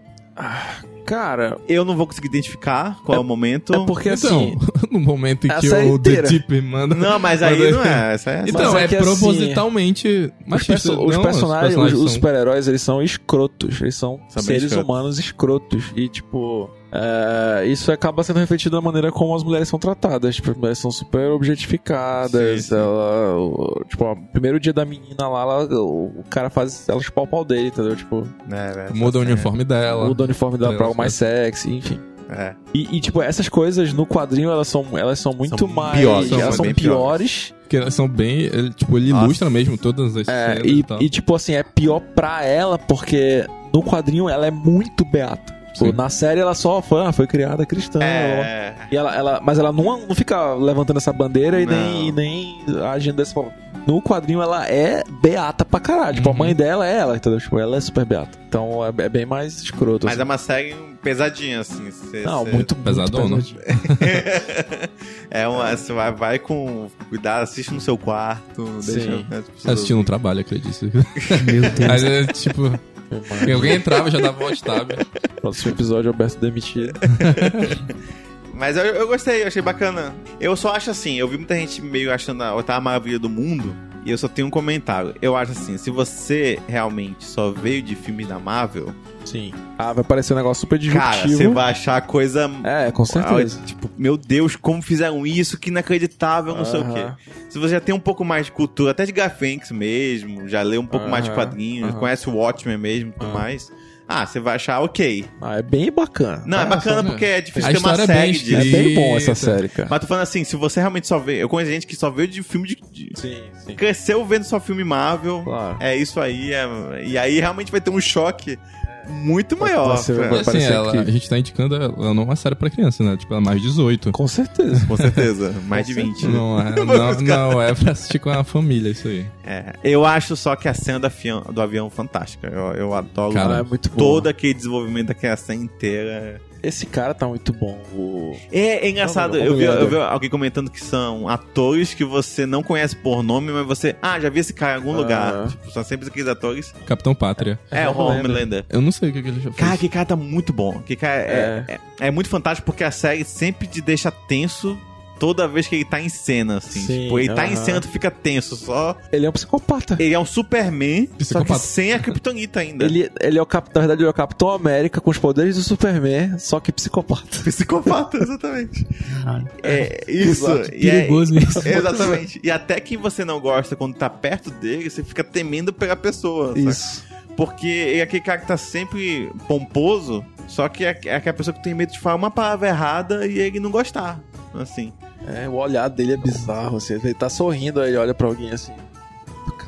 Cara,
Eu não vou conseguir identificar qual é, o momento.
é porque assim.
Então, no momento em que
essa é
o The
inteira.
Tip manda.
Não, mas
manda-
aí não é. Essa é
Então,
Mas
é,
é que assim,
propositalmente
Os,
machista.
perso- os
não,
personagens, os, os
são-
super-heróis, eles são escrotos. Eles são,
São bem
seres
escrotos.
humanos escrotos. E, tipo, é, isso acaba sendo refletido na maneira como as mulheres são tratadas. Tipo, as mulheres são super objetificadas.
Sim, sim.
Ela, o- tipo, ó, primeiro dia da menina lá, ela- o o cara faz ela chupar o pau dele, entendeu? Tipo,
É, velho,
Muda o
essa
uniforme dela.
muda o uniforme dela
É,
pra algo
isso,
mais sexy, enfim.
É. É.
E, e, tipo, essas coisas no quadrinho, elas são, elas são muito mais...
piores,
são
elas são
bem
piores.
Porque elas são bem. Ele, tipo, ele
Nossa.
ilustra mesmo todas as
É,
cenas e,
e,
tal.
Então-
e, tipo assim, é pior pra ela porque no quadrinho ela é muito beata. Tipo,
Sim.
na série ela só foi, ah, foi criada cristã. ó.
É.
E ela, ela, mas ela não, não fica levantando essa bandeira e
Não.
nem, e nem agindo dessa forma. No quadrinho ela é beata pra caralho. Tipo,
Uhum.
a mãe dela é ela, entendeu? Tipo, ela é super beata. Então é, é bem mais escroto.
Mas é
assim.
uma série pesadinha, assim. cê-
Não,
cê-
muito, muito
Pesadona.
pesadinho.
é uma. Você vai, vai com cuidado, assiste no seu quarto.
Sim.
Deixa as pessoas-
Assistindo um trabalho, acredito. Meu Deus. Aí, é, tipo, alguém entrava e já dava um stab.
Próximo episódio, Alberto demitido.
Mas eu, eu gostei, eu achei bacana. Eu só acho assim, eu vi muita gente meio achando a oitava maravilha do mundo, e eu só tenho um comentário. Eu acho assim, se você realmente só veio de filme da Marvel,
Sim. Ah, vai parecer um negócio super
cara,
disruptivo.
você vai achar coisa.
É, com certeza.
Ah, Tipo, meu Deus, como fizeram isso? Que inacreditável, não sei o
Aham.
quê. Se você já tem um pouco mais de cultura, até de Gafenx mesmo, já leu um pouco mais de
Aham,
quadrinhos,
aham.
conhece o Watchmen mesmo e tudo
Aham.
mais. Ah, você vai achar ok.
Ah, é bem bacana.
Não, é,
Ah,
bacana
só-
porque é difícil
A
ter uma
história é
série
bem
disso.
É bem bom
Eita.
essa série, cara.
Mas tô falando assim, se você realmente só vê. Eu conheço gente que só vê de filme de. de-
Sim, sim.
Cresceu vendo só filme Marvel.
Claro.
É isso aí. é- E aí realmente vai ter um choque muito maior.
Você vai-
E,
cara.
assim,
parecer
ela,
incrível.
a gente tá indicando ela não é uma série pra criança, né? Tipo, ela é mais 18.
Com certeza.
Com certeza. Mais de 20.
Não é, não, não é pra assistir com a família, isso aí.
É, eu acho só que a cena do avião, do avião fantástica. Eu, eu adoro
Cara,
é muito bom.
todo aquele desenvolvimento daquela cena inteira.
Esse cara tá muito bom. O...
É, é engraçado,
Não, não,
eu, vi,
não, não.
eu vi alguém comentando que são atores que você não conhece por nome, mas você. Ah, já vi esse cara em algum
Ah.
lugar. Tipo, são sempre aqueles atores.
Capitão Pátria.
É, o
Homelander.
Homelander.
Eu não sei o que, que ele já fez.
Cara, que cara tá muito bom. Que cara é, é. é muito fantástico porque a série sempre te deixa tenso toda vez que ele tá em cena, assim.
Sim,
tipo, ele tá em
aham.
cena, tu fica tenso só.
Ele é um psicopata.
Ele é um Superman, só que
Psicopata.
sem a Kryptonita ainda.
Ele, ele é o capitão, na verdade, ele é o Capitão América com os poderes do Superman, só que é psicopata.
Psicopata, exatamente.
Caralho.
É isso. E é-
Perigoso isso.
Exatamente. E até quem você não gosta quando tá perto dele, você fica temendo pela pessoa. saca?
Isso.
Porque ele é aquele cara que tá sempre pomposo, só que é, é aquela pessoa que tem medo de falar uma palavra errada e ele não gostar. Assim.
É, o olhar dele é bizarro, assim. Ele tá sorrindo, aí ele olha pra alguém assim.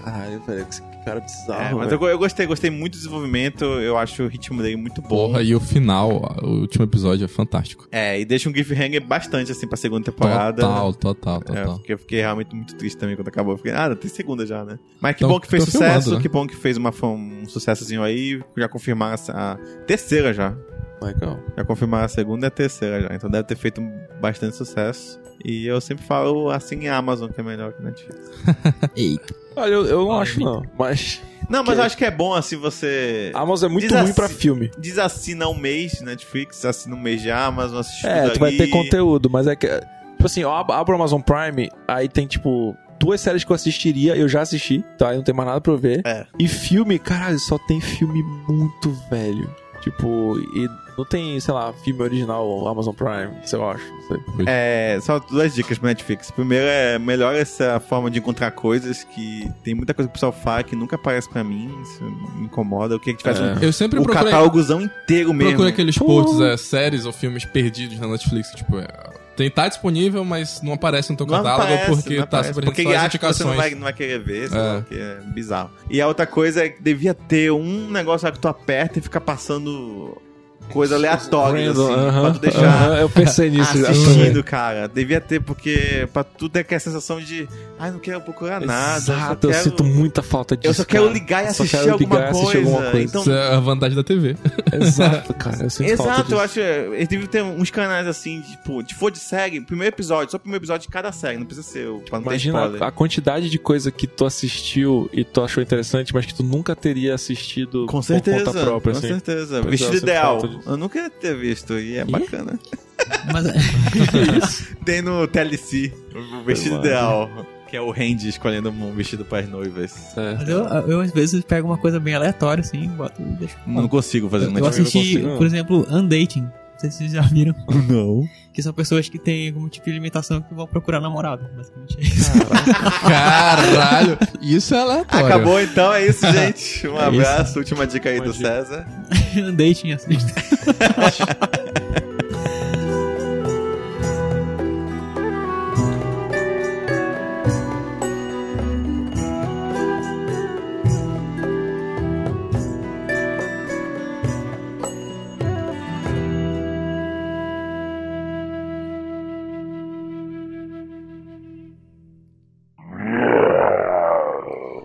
Caralho, velho, que cara bizarro.
É, mas
Ah, velho.
eu, eu gostei, gostei muito do desenvolvimento, eu acho o ritmo dele muito bom.
Porra, e o final, o último episódio é fantástico.
É, e deixa um cliffhanger bastante assim pra segunda temporada.
Total, total,
É,
total.
porque eu fiquei realmente muito triste também quando acabou. Eu Fiquei, ah, tem segunda já, né? Mas que
Tão-
bom que fez
tão
sucesso,
filmando, né?
que bom que fez uma, fã- um sucessozinho aí. Já confirmaram essa- a terceira já.
Legal.
Já confirmaram a segunda e a terceira já. Então deve ter feito bastante sucesso. E eu sempre falo assim a Amazon, que é melhor que a Netflix.
Eita.
Olha, eu, eu não acho não, mas...
Não, mas
Que-
eu acho que é bom assim você.
A Amazon é muito
Diz
ruim pra
assim-
filme.
Desassina um mês de Netflix, assina um mês de Amazon, assiste
É,
tudo
tu vai
ali.
ter conteúdo, mas é que. Tipo assim, eu ab- abro o Amazon Prime, aí tem, tipo, duas séries que eu assistiria, eu já assisti, tá? Aí não tem mais nada pra eu ver.
É.
E filme, caralho, só tem filme muito velho. Tipo, e não tem, sei lá, filme original Amazon Prime, sei lá, eu acho. Não sei.
É, só duas dicas pra Netflix. Primeiro é melhor essa forma de encontrar coisas que tem muita coisa que o pessoal fala que nunca aparece pra mim, isso me incomoda. Eu queria que tivesse
É.
um,
Eu sempre
o
procurei,
catálogozão inteiro mesmo.
procurei aqueles
Pô.
posts, é, séries ou filmes perdidos na Netflix, que, tipo, é, tem, tá disponível, mas não aparece no teu
Não
catálogo
aparece,
porque
não
tá
aparece.
sobre
Porque ele acha que você não vai,
indicações.
não vai querer ver, sei
É.
lá, que é bizarro. E a outra coisa é que devia ter um negócio lá que tu aperta e fica passando coisa aleatória, assim,
aham,
pra tu deixar...
aham, eu pensei nisso. já.
Assistindo, cara, devia ter, porque pra tu ter aquela sensação de, ai, não quero procurar nada. só
Exato, eu
quero-
sinto muita falta disso.
Eu só quero
cara.
ligar e
Eu só
assistir,
quero
alguma,
ligar e
coisa.
assistir alguma coisa.
Então,
Isso é a vantagem da TV.
Exato, cara. Eu sinto falta
exato,
disso.
eu acho. Eles deviam ter uns canais assim, tipo, de for de série, primeiro episódio, só o primeiro episódio de cada série, não precisa ser o. Pra não ter spoiler.
Imagina a, a quantidade de coisa que tu assistiu e tu achou interessante, mas que tu nunca teria assistido
Com certeza.
por conta própria,
com
assim.
certeza.
Pois é, eu
Vestido
sinto
ideal.
falta
Eu nunca tinha visto e é bacana.
Mas
Tem no TLC o vestido ideal, que é o Randy escolhendo um vestido para as noivas.
mas eu, eu, às vezes, pego uma coisa bem aleatória, assim, boto e deixo.
Não consigo fazer
Eu assisti,
consigo, não.
por exemplo, Undating. Não sei se vocês já viram.
Não.
Que são pessoas que têm algum tipo de limitação que vão procurar namorado. Basicamente é isso.
Caralho, isso é aleatório.
Acabou então, é isso, gente. Um
É isso.
abraço, última dica aí
Uma
do
dica.
César.
Undating, assim. assista.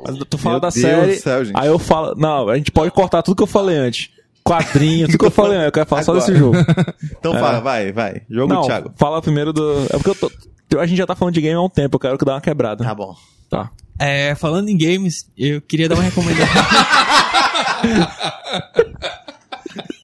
Mas tu fala
Meu
da
Deus
série,
do céu, gente.
aí eu falo... Não, a gente pode cortar tudo que eu falei antes. Quadrinho, tudo que eu falei antes. Eu quero falar só
Agora.
desse jogo.
Então fala, vai, vai. Jogo,
É. Não,
Thiago.
fala primeiro do... É porque eu tô... A gente já tá falando de game há um tempo, eu quero que dá uma quebrada.
Tá bom.
Tá.
É, falando em games, eu queria dar uma recomendação.